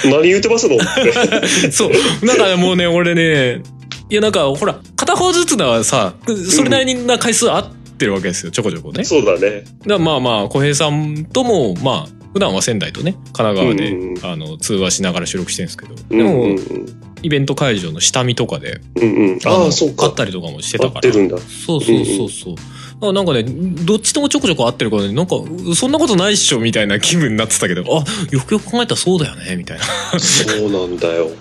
S3: 何言ってますのって。
S2: そう。なんかねもうね、俺ね、いやなんかほら、片方ずつなはさ、それなりな回数あってるわけですよ、ちょこちょ (laughs) こね。
S3: そうだね。
S2: だからまあまあ小平さんともまあ普段は仙台とね神奈川で、
S3: うんうん
S2: あの通話しながら収録してるんですけど
S3: うん
S2: で
S3: うん
S2: も、
S3: うん。
S2: イベント会場の下見とかで
S3: うんうん。あ
S2: の
S3: あ、そう
S2: 会
S3: か
S2: っ。たりとかもして
S3: 合
S2: たか
S3: っ
S2: ら
S3: てるんだ。
S2: そうそうそうそう、あなんかねどっちともちょこちょこ会ってるからねなんかそんなことないっしょみたいな気分になってたけどあよくよく考えたらそうだよねみたいな
S3: そうなんだよ。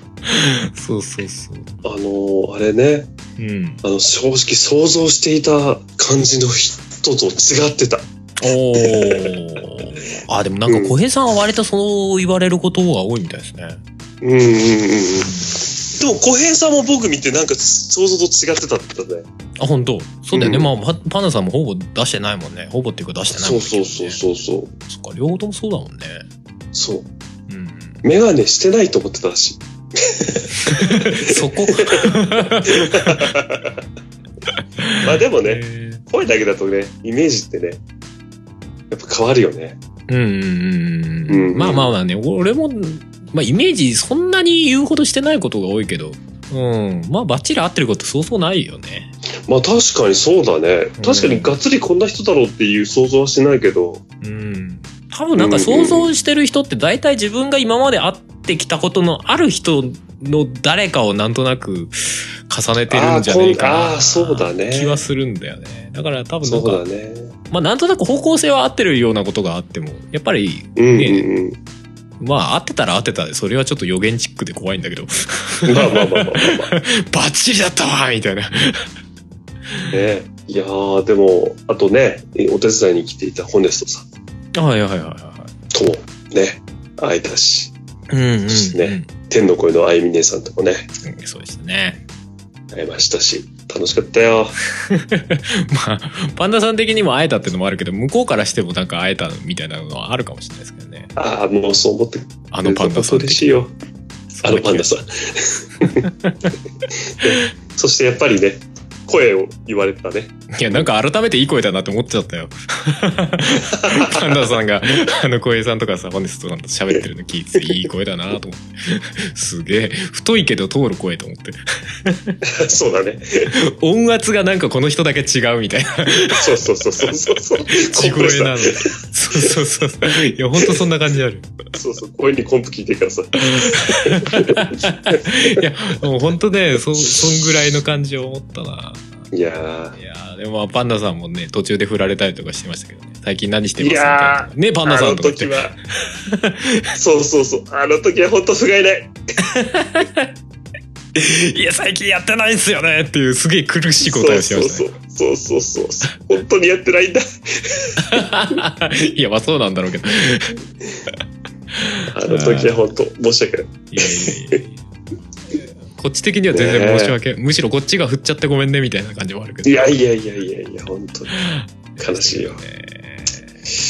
S2: そうそうそう
S3: あのー、あれね、
S2: うん
S3: あの、正直想像していた感じの人と違ってた。
S2: おーあでもなんか小平さんは割とそう言われることが多いみたいですね
S3: うんうんうんうん。でも小平さんも僕見てなんか想像と違ってたって言ってたね。
S2: あ本当そうだよね、
S3: うん
S2: まあパパンダさんもほぼ出してないもんねほぼっていうか出してない
S3: そ
S2: もん
S3: う
S2: ね
S3: そうそうそうそう。
S2: そっか両方ともそうだもんね
S3: そう。
S2: うん
S3: (laughs) メガネしてないと思ってたらしい。
S2: そこ
S3: まあでもね、
S2: へー
S3: 声だけだとね、イメージってね、やっぱ変わるよね。
S2: うんうんうん
S3: うん
S2: うんまあまあまあね俺もまあイメージそんなに言うほどしてないことが多いけどうんまあバッチリ合ってることそうそうないよね
S3: まあ確かにそうだね。確か
S2: う
S3: に
S2: ん
S3: がっつりこんな人だろうっていう想像はしないけど、
S2: うん多分なんか想像してる人って大体自分が今まで会ってきたことのある人の誰かをなんとなく重ねてるんじゃないか
S3: あーこ
S2: な
S3: んあーそうだね
S2: 気はするんだよねだから多分な
S3: そ
S2: ん
S3: うだ
S2: か、
S3: ね。
S2: まあなんとなく方向性は合ってるようなことがあってもやっぱり
S3: うんうん
S2: まあ合ってたら合ってたでそれはちょっと予言チックで怖いんだけど (laughs)
S3: うん。まあまあまあまあまあま
S2: バッチリだったわみたいな
S3: あ。ね。いやー、でも、あとね、お手伝いに来ていたホネストさん
S2: はいはいはいは
S3: ともね、会えたし、
S2: いうんうん、うん、
S3: ですね天の声のあゆみ姉さんともね、
S2: うんそうですね
S3: 会えましたし、楽しかったよ。
S2: まあパンダさん的にも会えたってのもあるけど向こうからしてもなんか会えたみたいなのはあるかもしれないですけどね
S3: ああ、もうそう思ってくれ
S2: あのパンダさん
S3: 本当嬉しいよ。あのパンダさん。そしてやっぱりね、声を言われたね。 (laughs)
S2: んいやなんか改めていい声だなって思っちゃったよパンダさんがあの小平さんとかさホネストさんと喋ってるの聞いてていい声だなと思ってすげえ太いけど通る声と思って
S3: そうだね。
S2: 音圧がなんかこの人だけ違うみたいな
S3: そうそうそうそうそうそう。
S2: 地
S3: コンプ
S2: 声
S3: した
S2: なのそうそうそうそういやほんとそんな感じある
S3: そうそう。声にコンプ聞いてるからさ。
S2: いやもうほんとねそそんぐらいの感じを思ったない
S3: や
S2: いやーでもまあパンダさんもね途中で振られたりとかしてましたけどね最近何してます
S3: い
S2: みたい
S3: やー
S2: なねパ
S3: ー。
S2: ンダ
S3: あ
S2: さん
S3: の
S2: とか言って
S3: 時は。 (laughs) そうそうそう。あの時は本当不甲斐ない。
S2: いや、最近やってないんすよねっていう、すげえ苦しい
S3: そ
S2: 答え
S3: う
S2: をして
S3: そ
S2: ま
S3: う
S2: した
S3: そ
S2: ね。
S3: う。そうそうそう。本当にやって
S2: (laughs)
S3: ないんだ。
S2: いや、まあそうなんだろうけど。いや
S3: あの時は本当申し訳ない。
S2: いやいやいやこっち的には全然申し訳、むしろこっちが振っちゃってごめんねみたいな感じもあるけど。
S3: いやいやいやいやいや、本当に。悲しいよ
S2: ね。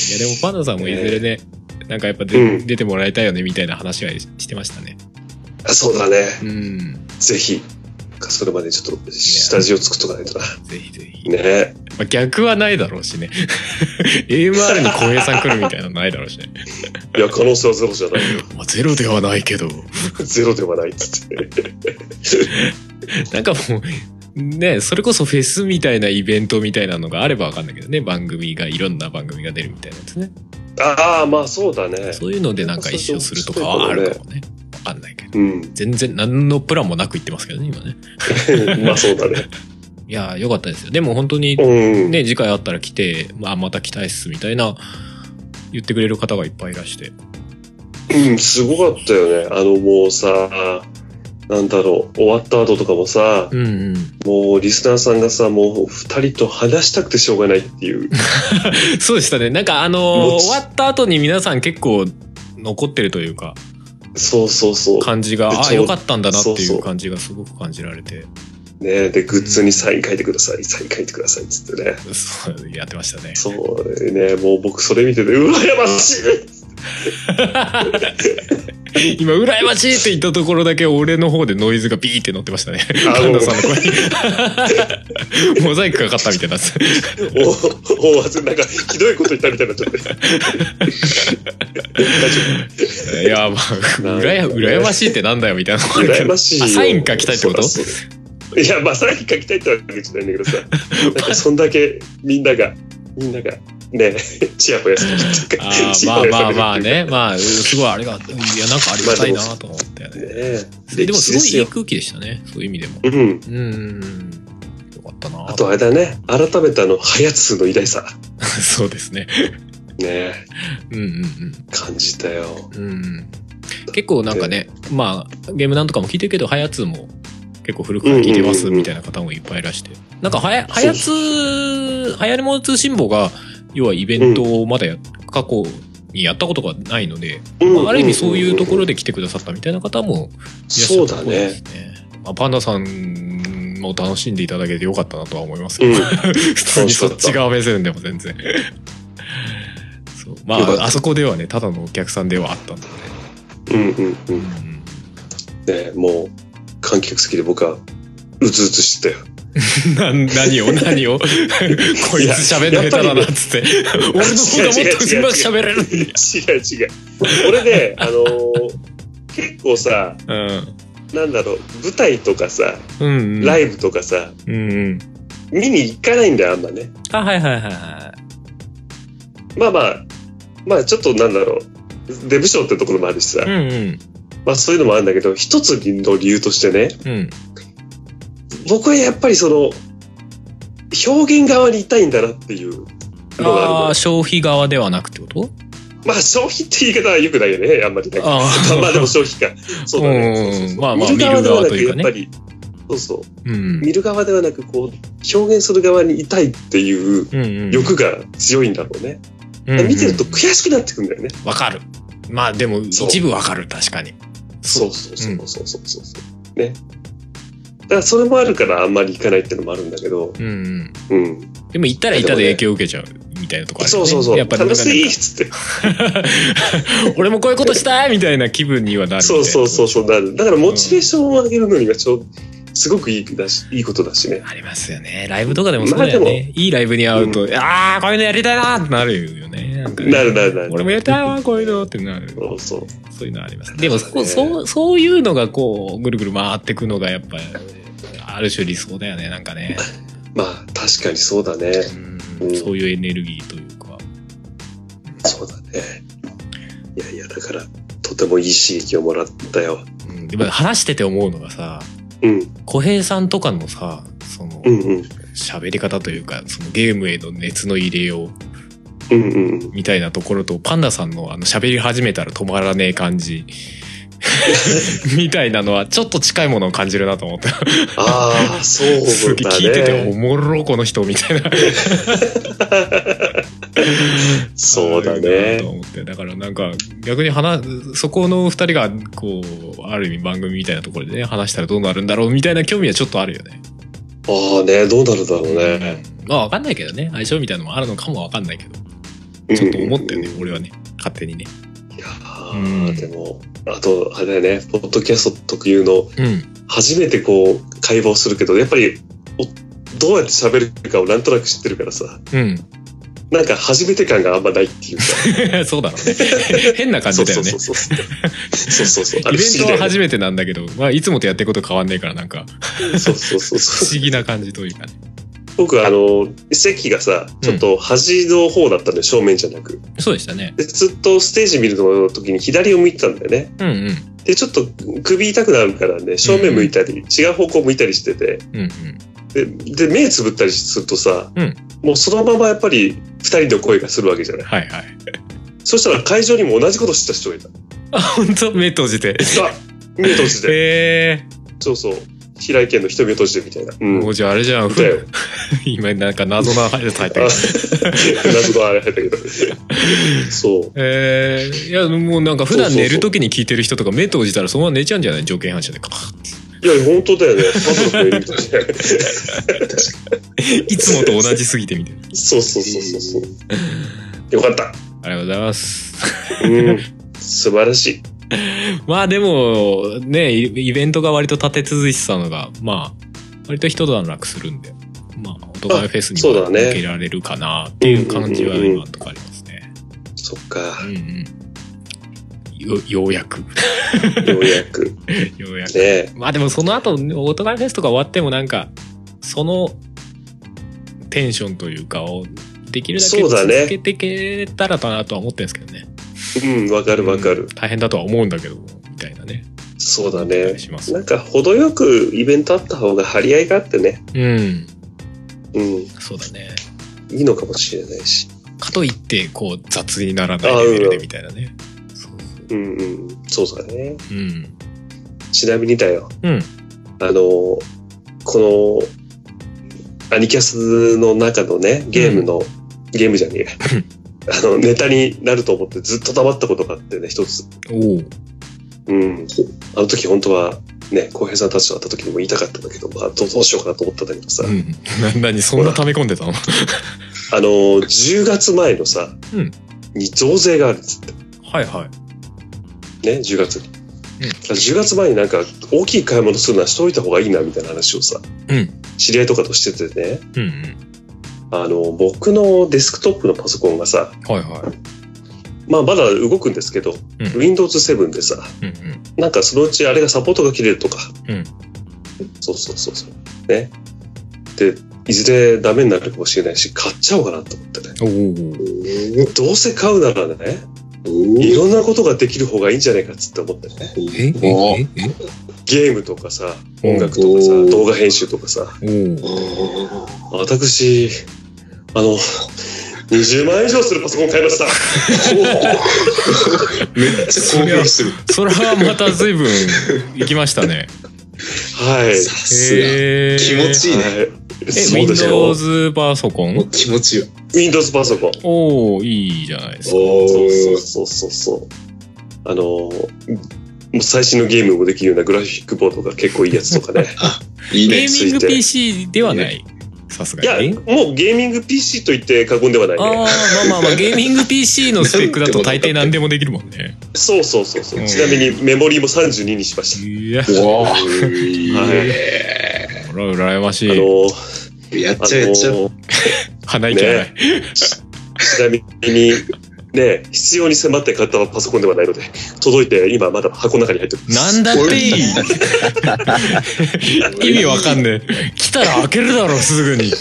S2: いや、でもパンダさんもいずれね、なんかやっぱで、
S3: うん
S2: 出てもらいたいよねみたいな話はしてましたね。
S3: あそうだね。
S2: うん。
S3: ぜひ。それまでちょっと下地を作っとかないとな。
S2: ぜひぜひ。
S3: ね
S2: まあ、逆はないだろうしね。AMR に浩平さん来るみたいなのないだろうしね。
S3: いや、可能性はゼロじゃないよ。 (laughs)
S2: まあ、ゼロではないけど。
S3: ゼロではないっつって。
S2: (laughs) なんかもう、ね、それこそフェスみたいなイベントみたいなのがあればわかんないけどね、番組が、いろんな番組が出るみたいなやつね。
S3: ああ、まあそうだね。
S2: そういうのでなんか一生するとかはあるかもね。わかんないけど。
S3: うん。 (laughs)
S2: 全然何のプランもなく言ってますけどね、今ね。
S3: まあそうだね。
S2: いやー、よかったですよ。でも本当に
S3: うん。
S2: ね、次回あったら来て、まあまた来たいっすみたいな、言ってくれる方がいっぱいいらして。
S3: うん、すごかったよね。あの、もうさ、なんだろう、終わった後とかもさ、
S2: うんうん。
S3: もうリスナーさんがさ、もう二人と話したくてしょうがないっていう。
S2: (laughs) そうでしたね。なんかあのー終わった後に皆さん結構残ってるというか、
S3: そうそうそう。
S2: 感じが、
S3: で
S2: ああ、
S3: そう
S2: よかったんだなって
S3: そう
S2: い
S3: そうう
S2: 感じがすごく感じられて。
S3: ねで、グッズにサイン書いてください、サイン書いてくださいっつってね。
S2: そうやってましたね。
S3: そうね、もう僕それ見てて、うらやましい
S2: 今、羨ましいって言ったところだけ、俺の方でノイズがビーって乗ってましたね。
S3: あ
S2: 神田さんの声 (laughs) に。モザイクかかったみたいなやつ。
S3: お大汗なんかひどいこと言ったみたいになっちゃって大丈
S2: いや、まあ、うらや、羨ましいってなんだよみたいなのもあ
S3: 夫
S2: るけど
S3: 羨ましいよ
S2: あサイン書きたいってこと
S3: そうだそうだいやまあサイン書きたいってわけじゃないんだ
S2: (laughs)
S3: けどさなんかそんだけみんながみんながねチヤホヤするっていうか
S2: あー
S3: チヤ
S2: まあ
S3: (laughs) ホヤ
S2: まあ
S3: されるっていうか
S2: まあね。まあ、すごいあれが、いや、なんかありがたいなと思ったよね。
S3: ね
S2: でも、すごいいい
S3: 歴史
S2: 空気でしたね。そういう意味でも。
S3: ですよう
S2: う
S3: ん
S2: んうんうん。よかったな
S3: あとあれだね改めてあの早津の偉大さ
S2: (laughs) そうですね。
S3: ね
S2: うんうんうん。
S3: 感じたよ
S2: うん、結構なんかね、まあゲームなんとかも聞いてるけどハヤツも結構古くから聞いてます
S3: うんうんうんうん
S2: みたいな方もいっぱいいらして、なんかはやハ
S3: そう
S2: ヤツはやりもの通信簿が要はイベントをまだや、過去にやったことがないので、まあある意味そういうところ
S3: で
S2: で来てくださったみたいな方もいらっしゃ
S3: そう
S2: った
S3: だ
S2: っぽいで
S3: ね
S2: すね。まあ、パンダさんも楽しんでいただけてよかったなとは思いますけ
S3: う
S2: ど、
S3: ん。
S2: 普通にそっち側目線でも全然。そうま
S4: よかった
S2: あ、あそこではね、ただのお客さんではあったんだね。
S3: うんうんうん。ね
S2: うん
S3: えもう、観客席で僕は、うつうつしてたよ。
S2: な何を何をこいつ喋んの下手だなっつって俺の方がもっとうまく喋れる
S3: 違う違う。俺ね、あのー結構さ、なんだろう、舞台とかさ、
S2: うんうん
S3: ライブとかさ、
S2: うんうん
S3: 見に行かないんだよ、あんまね。
S2: あはいはいはいはい
S3: まあまあ、まあちょっとなんだろう、デブ賞ってところもあるしさ、
S2: うんうん
S3: まあそういうのもあるんだけど、一つの理由としてね、
S2: うん
S3: 僕はやっぱりその、表現側にいたいんだなっていうのがあるの
S2: ああ消費側ではなくってこと
S3: まあ消費って言い方は良くないよね、あんまりね。
S2: あー
S3: まあでも消費か。そうだね。
S2: うん
S3: そうそうそう
S2: まあまあ
S3: ではなくやっぱり、そうそ
S2: う
S3: う。
S2: ん
S3: 見る側ではなく、こう、表現する側にいたいっていう
S2: うんうん
S3: 欲が強いんだろうね。
S2: うんうん
S3: 見てると悔しくなってくんだよね。
S2: わかるまあでも
S3: そう
S2: 一部わかる確かに
S3: そうそうそうそうそうそうそう。ね。だからそれもあるからあんまり行かないっていうのもあるんだけど、
S2: うんうん
S3: うん。
S2: でも行ったら行ったで影響を受けちゃうみたいなとこあるよ
S3: そ
S2: ね
S3: うそうそう。
S2: やっぱり
S3: 楽しいっつって。
S2: (laughs) 俺もこういうことしたいみたいな気分にはなるみたい
S3: そう
S2: な
S3: そうそうそうなる。だからモチベーションを上げるのにはちょすごくいいだしいいことだしね。
S2: ありますよね。ライブとかでもそうだよ
S3: まあで
S2: ね。いいライブに会うと、ああ、こういうのやりたいなってなるよね。なんかね
S3: なるなるなる
S2: 俺もやりたいわ、こういうのってなる。
S3: そうそう。
S2: そういうのあります。でも、
S3: そうだね
S2: そう、そういうのがこう、ぐるぐる回ってくのがやっぱ、ある種理想だよね、なんかね。
S3: まあ確かにそうだね。
S2: う、
S3: うんん
S2: そういうエネルギーというか。
S3: そうだね。いやいや、だからとてもいい刺激をもらったよ。
S2: うん、でも話してて思うのがさ、
S3: うん、
S2: 小平さんとかのさ、その
S3: う、ん、うん、
S2: 喋り方というか、そのゲームへの熱の入れよう
S3: うん、うん。
S2: みたいなところと、パンダさんのあの喋り始めたら止まらねえ感
S3: (laughs)
S2: じ。みたいなのはちょっと近いものを感じるなと思った。
S3: ああ、そうだね。
S2: すげえ聞いてておもろこの人みたいな。
S3: そうだ
S2: ある
S3: ね
S2: なと。思って。だからなんか逆に話、そこの二人がこう、ある意味番組みたいなところでね、話したらどうなるんだろうみたいな興味はちょっとあるよね。
S3: ああね、どうなるだろうね。
S2: まあわかんないけどね。相性みたいなのもあるのかもわかんないけど。ち
S3: ち
S2: ょっと思ったよね、俺はね。勝手にね。
S3: いや
S2: うん
S3: ーでも、あと、あれだよね、ポッドキャスト特有の
S2: うん。
S3: 初めてこう会話をするけどやっぱりおどうやって喋るかをなんとなく知ってるからさ
S2: うん。 (laughs)
S3: なんか初めて感があんまないっていうか
S2: そうだろう
S3: (laughs)
S2: ね。変 (laughs) な感
S3: そ
S2: じ
S3: う
S2: だ
S3: そ
S2: よ
S3: う
S2: ね
S3: そう。そうそうそうそうあ
S2: (laughs) イ
S3: れ
S2: ベ
S3: 不
S2: ン
S3: 思議
S2: ト
S3: だ
S2: は
S3: よね
S2: 初めてなんだけど、まあ、いつもとやってること変わんねえからなんか
S3: そうそうそ
S2: 不
S3: うそう
S2: 思議な感じというかね
S3: 僕
S2: (laughs)
S3: あの席がさちょっと端の方だったんで正面じゃなく
S2: そうでしたね
S3: でずっとステージ見るの時に左を向いてたんだよね
S2: うんうん
S3: でちょっと首痛くなるからね正面向いたり、違う方向向いたりしてて
S2: うんうん
S3: でで目つぶったりするとさ、
S2: うん
S3: もうそのままやっぱり2人の声がするわけじゃない
S2: はいはい
S3: そしたら会場にも同じことしてた人
S2: (laughs)
S3: がいた。
S2: あ本当目閉じて
S3: あ目閉じて。
S2: へえ
S3: そうそう。平井堅の瞳を閉じてみたいな。うん。
S2: もうじゃああれじゃん
S3: だよ。 (laughs)
S2: 今なんか謎なやつ入 (laughs) って
S3: あ
S2: る
S3: 謎のあれ入ったけど。そう。
S2: えー、いやもうなんか普段寝る時に聞いてる人とか目閉じたらそのまま寝ちゃうんじゃない条件反 (laughs) 射でカーッ
S3: いや、本当だよね。マブロフの犬みたいな
S2: いつもと同じすぎてみたいな
S3: そうそうそうそうそう。よかった。
S2: ありがとうございます
S3: うん。素晴らしい。
S2: まあでもねイイベントが割と立て続いてたのがまあ割と一段落するんでまあ音楽フェスに
S3: あそう
S2: も
S3: だね
S2: 受けられるかなっていう感じは
S3: うんうんうん
S2: 今のとこありますね
S3: そっか
S2: う。んうんよ (laughs) ようやく
S3: ようやく。
S2: ようやく
S3: ね
S2: まあでもその後音楽フェスとか終わってもなんかそのテンションというかをできるだけ
S3: そうだね
S2: 続けていけたらなとは思ってるんですけどね
S3: うん、わかるわか
S2: うん
S3: る。
S2: 大変だとは思うんだけどみたいなね
S3: そうだ
S2: 思った
S3: ね
S2: り。します
S3: なんか、程よくイベントあった方が張り合いがあってね。
S2: うん
S3: うん。
S2: そうだね
S3: いいのかもしれないし。
S2: かといってこう雑にならないレベルでみたいなねそう
S3: うんうん。そうだね。
S2: そううん
S3: ちなみにだよ。
S2: うん
S3: あの、この、アニキャスの中のね、ゲームの、ゲームじゃねえ (laughs) や。あの、ネタになると思ってずっと黙ったことがあってね、一つ。
S2: おお
S3: うん。あの時本当はね、浩平さんたちと会った時にも言いたかったんだけど、まあ、どうどうしようかなと思ったんだけどさ、
S2: うん。な、なに、そんな溜め込んでたの
S3: あのー、10月前のさ、
S2: うん
S3: に増税があるっつって、
S2: はいはい。
S3: ね、10月に。
S2: うん
S3: 10月前になんか大きい買い物するのはしといた方がいいなみたいな話をさ、
S2: うん。
S3: 知り合いとかとしててね、
S2: うんうん。
S3: あのー、僕のデスクトップのパソコンがさ、
S2: はいはい。
S3: まあまだ動くんですけど、
S2: うん
S3: Windows 7でさ、
S2: うんうん。
S3: なんかそのうちあれがサポートが切れるとか。
S2: うん
S3: そうそうそうそう。ね。で、いずれダメになるかもしれないし、買っちゃおうかなと思ってね。
S2: おー
S3: どうせ買うならね、い
S5: お
S3: ろんなことができる方がいいんじゃないかっつって思ってね。
S2: え
S4: お
S2: ええ
S3: ゲームとかさ、
S2: え
S3: 音楽とかさ、
S5: おー
S3: 動画編集とかさ。
S2: おー
S3: 私、あの、20万円以上するパソコン買いました。
S5: めっちゃ興奮する。
S2: それはまた随分行きましたね。
S3: はい。
S5: さすが。
S2: へー
S5: 気持ちいいね。
S3: はい、
S2: え、
S3: そうでしょ。
S2: Windows パソコ
S5: も
S2: ン
S5: う気持ちよ。
S3: Windows パソコン。
S2: おおいいじゃないですか。
S5: お
S3: そうそうそうそう。あのー、もう最新のゲームもできるようなグラフィックボードが結構いいやつとかね。
S5: いい
S2: ゲ
S5: ね。
S2: ーミング PC ではない。さす
S3: いや
S2: がにね。、
S3: もうゲーミング PC と言って過言ではない
S2: ああ、
S3: ね。
S2: まあまあまあ、ゲーミング PC のスペックだと大抵何でもできるもんね。
S3: そうそうそうそうう。
S2: ん
S3: ちなみにメモリーも32にしまし
S2: いや、
S4: うわ
S3: た。はい。
S2: これは羨まし
S3: あの
S2: い。
S3: ー、
S5: やっ
S3: あの
S5: ちゃえやっちゃえ。
S3: ー
S2: 鼻息荒い。
S3: ちなみに、ね、必要に迫って買ったパソコンではないので、届いて今まだ箱の中に入ってます。
S2: なんだっていい意味わかんねえ。来たら開けるだろ、すぐに。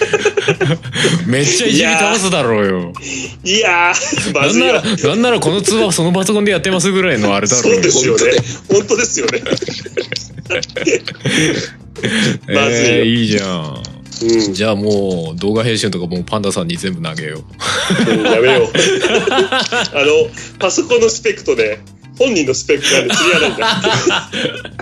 S2: めっちゃいじり倒すだろうよ。
S3: いやー、ま
S2: な
S3: ず
S2: ん
S3: い
S2: な
S3: わ
S2: ら、。なんならこの通話はそのパソコンでやってますぐらいのあれだろ
S3: そうですよね
S5: 本。
S3: 本当ですよね。
S2: え
S3: まずいよ
S2: ーいいじゃん。
S3: うん
S2: じゃあもう動画編集とかもうパンダさんに全部投げよ
S3: うんやめよう。あの、パソコンのスペックとね、本人のスペックがね、釣り合わないんだ。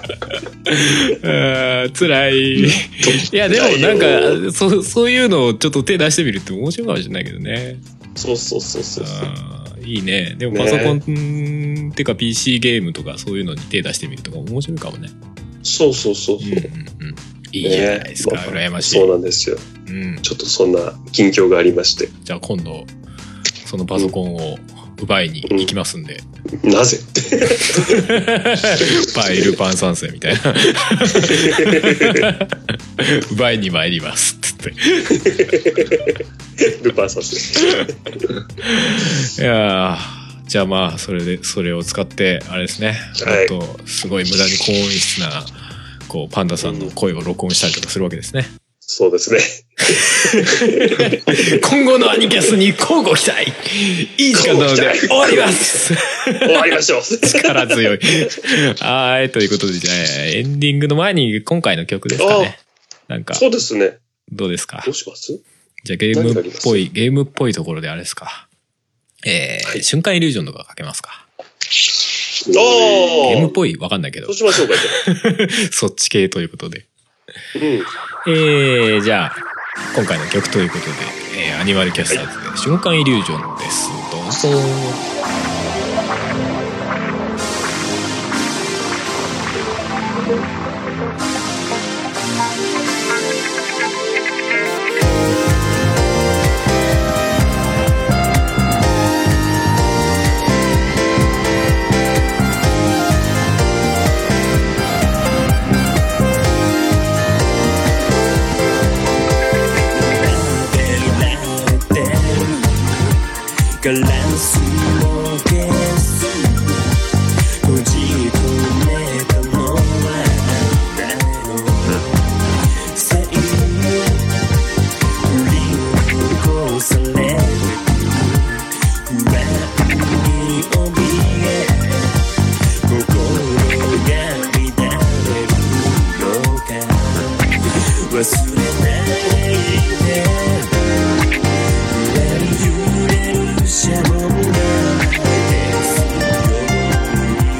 S2: う。えー、辛い。いやでもなんかそうそういうのをちょっと手出してみるって面白いかもしれないけどね。
S3: そうそうそうそうそう。
S2: あーいいね。でもパソコン、ってか PC ゲームとかそういうのに手出してみるとか面白いかもね。
S3: そうそうそう
S2: う
S3: そ
S2: ん
S3: う。
S2: うんうん。いいじゃないですか。
S3: ね
S2: 羨ましい。
S3: そう
S2: う
S3: なんですよ。
S2: ん。
S3: ちょっとそんな近況がありまして。
S2: じゃあ今度そのパソコンを奪いに行きますんで。
S3: なぜ
S2: バイルパン三世みた
S3: (laughs)
S2: いな奪いに参りますっつって
S3: ルパンさんです。
S2: いやーじゃあまあそれでそれを使ってあれですね、
S3: はい
S2: あとすごい無駄に高音質なこうパンダさんの声を録音したりとかするわけですね、
S3: そうですね。
S2: 今後のアニキャスに交互期待いい時間なので終わります
S3: 終わりましょう。
S2: (laughs) 力強いはいということでじゃあエンディングの前に今回の曲ですかねなんか
S3: そうですね。
S2: どうですか
S3: どうします
S2: じゃあゲームっぽい、ゲームっぽいところであれですか。えー瞬間イリュージョンとかかけますか。
S3: お
S2: ゲームっ
S3: ー
S2: ぽいわかんないけど
S3: そう、しましょうか。
S2: (laughs) そっち系ということで。
S3: じゃあう
S2: え
S3: ん。
S2: ー、じゃあ、今回の曲ということで、えーアニマルキャスターズで瞬間イリュージョンです。どうぞ。
S1: ガラスのケース閉じ込めたのはあなたのせい振り残される不安に怯え心が乱れるのか忘れないで揺れるシャボンがですよ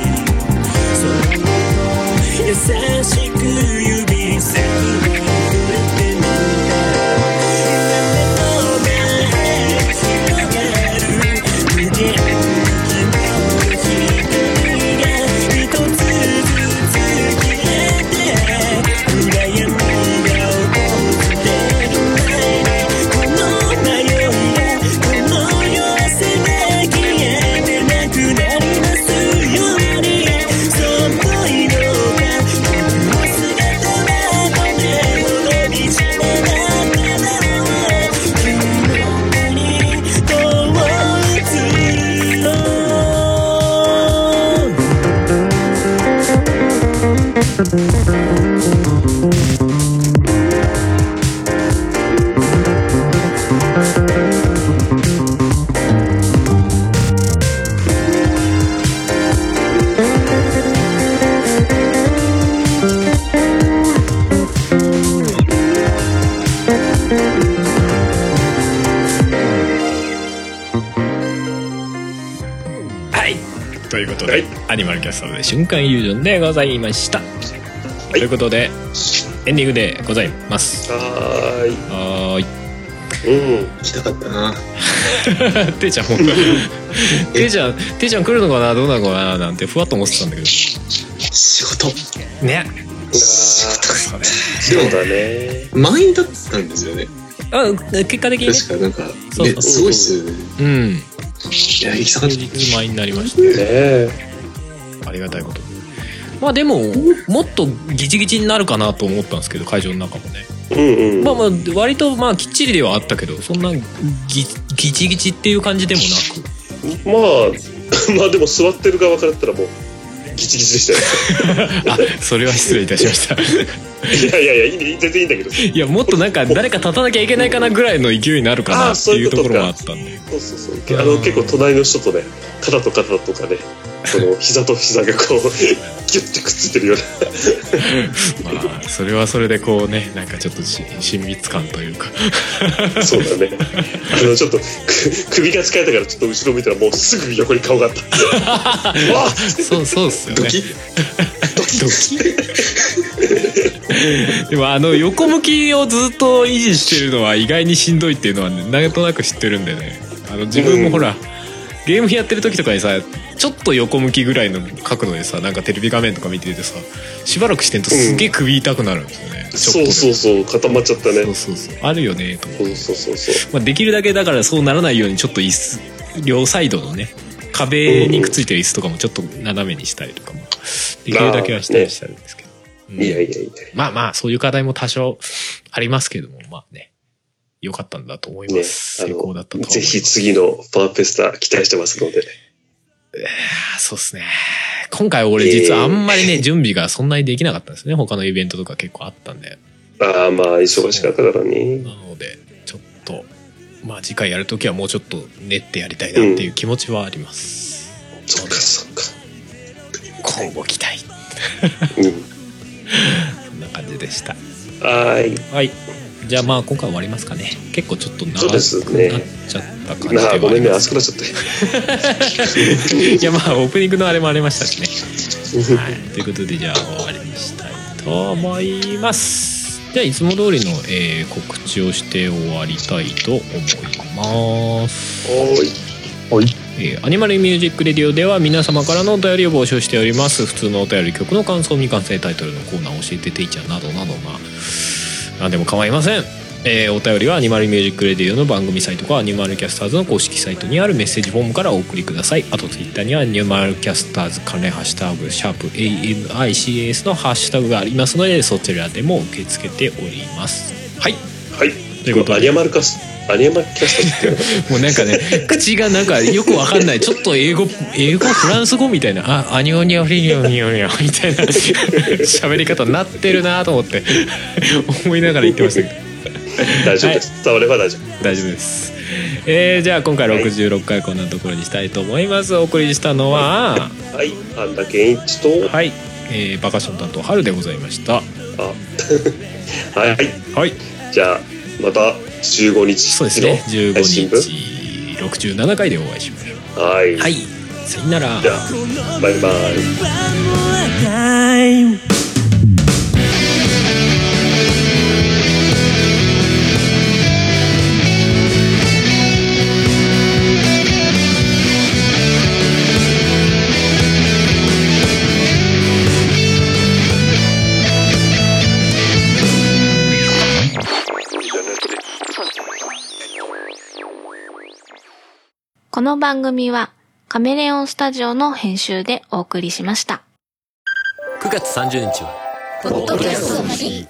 S2: ということで、
S3: はい
S2: アニマルキャストで瞬間イリュージョンでございました、
S3: い
S2: ということでエンディングでございます
S3: はーい。
S2: はーい (laughs)
S3: うん。
S5: 行きたかったな。
S2: てー
S3: (laughs)
S2: ちゃんもてーちゃんてーちゃん来るのかなどうなのかななんてふわっと思ってたんだけど
S5: 仕事。
S2: ね
S5: (laughs) 仕
S2: それ
S5: 事。
S3: そう
S5: でも、
S3: だね。
S5: 満員だったんですよね。
S2: あ結果的にね
S5: 確か、なんか、
S2: そうそう
S5: ね、すごいっすよね。
S2: うん
S5: いや、行きたかった。
S2: 今になりました
S3: ねえ。
S2: ありがたいことまあでももっとギチギチになるかなと思ったんですけど会場の中もね
S3: うんうん。
S2: まあまあ割とまあきっちりではあったけどそんなギギチギチっていう感じでもなく
S3: まあ、 (laughs) まあでも座ってる側からだったらもう、ギチギチでし
S2: あそれは失礼いたしま
S3: (laughs)
S2: した
S3: たよ。いやいやいや、いい全然いいんだけど。
S2: いやもっとなんか誰か立たなきゃいけないかなぐらいの勢いになるかな
S3: あー
S2: って
S3: そう
S2: い
S3: いうう
S2: と
S3: こ
S2: こと
S3: か
S2: ろがあったんで
S3: そうそうそう。けあの、結構隣の人とね、肩と肩とかね、
S2: (laughs)
S3: その、膝と膝がこう、ギュッてくっついてるような。
S2: まあそれはそれでこうねなんかちょっとし親密感というか
S3: そうだね。あの、ちょっと、く首が疲れたから、ちょっと後ろ見たら、もうすぐ横に顔があった。
S2: (laughs)
S3: わあ
S2: そうそうっすよね
S5: ドキッドキドキ
S2: でもあの横向きをずっと維持してるのは意外にしんどいっていうのは、ね、なんとなく知ってるんでねあの自分もほら、ゲームやってる時とかにさちょっと横向きぐらいの角度でさなんかテレビ画面とか見ててさしばらくしてるとすげえ首痛くなるんですよね、ちょ
S3: そ
S2: っと
S3: う
S2: で
S3: そうそう、固まっちゃった
S2: そ
S3: ね
S2: う。そうそうあるよねと思って
S3: そうそうそうそう。
S2: まあ、できるだけだからそうならないようにちょっと椅子両サイドのね壁にくっついてる椅子とかもちょっと斜めにしたりとかもできるだけはしたりしたんですけど、うん
S3: いやいやいや。
S2: まあまあ、そういう課題も多少ありますけども、まあね、良かったんだと思いま
S3: ね
S2: す。
S3: あ
S2: 成功だったと思
S3: の
S2: います。
S3: ぜひ次のパワーフェスタ期待してますので、
S2: あーそうですね。今回俺実はあんまりね、準備がそんなにできなかったんですね。他のイベントとか結構あったんで。
S3: ああまあ忙しかったからね
S2: なので、ちょっと、まあ次回やるときはもうちょっと練ってやりたいなっていう気持ちはあります。
S3: そっかそっか、
S2: 今後期待。
S3: うん、
S2: こんな感じでした。
S3: はーい
S2: はい。じゃあまあ今回終わりますかね。結構ちょっと長く
S3: そう
S2: なっ
S3: ですね
S2: ちゃった感じで
S3: な
S2: はあ
S3: あ
S2: りま
S3: ご
S2: す
S3: めんね熱くなっちゃって
S2: いやまあオープニングのあれもありましたしね。はい、ということでじゃあ終わりにしたいと思います。じゃあいつも通りの、えー告知をして終わりたいと思います。
S3: おーい
S2: えーアニマルミュージックレディオでは皆様からのお便りを募集しております普通のお便り曲の感想未完成タイトルのコーナーを教えてていちゃんなどなどまあ何でも構いません、えーお便りはアニマルミュージックレディオの番組サイトかアニマルキャスターズの公式サイトにあるメッセージフォームからお送りくださいあとツイッターにはアニマルキャスターズ関連ハッシュタグシャープ ANICAS のハッシュタグがありますのでそちらでも受け付けておりますはい
S3: はい
S2: ということで
S3: アニアマルカスアニアマルキャスターっていう
S2: (laughs) もうなんかね口がなんかよくわかんないちょっと英語英語フランス語みたいなあアニオニオフリニオニオニオみたいな喋り方になってるなと思って思いながら言ってましたけど (laughs)
S3: の大丈夫です、伝われば大丈夫
S2: 大丈夫です、えーじゃあ今回66回こんなところにしたいと思いますお送りしたのは
S3: はい半田健一と
S2: はい、えーバカション担当春でございました
S3: あ (laughs) はい
S2: はい
S3: じゃあまた15日
S2: そうですね
S3: の
S2: 15
S3: 配信分
S2: 日67回でお会いしましょ
S3: はい、
S2: うはいさよなら
S3: じゃあバイバイ
S1: time.
S6: この番組はカメレオンスタジオの編集でお送りしました。
S7: 9月30日は、ポッドキャストの日。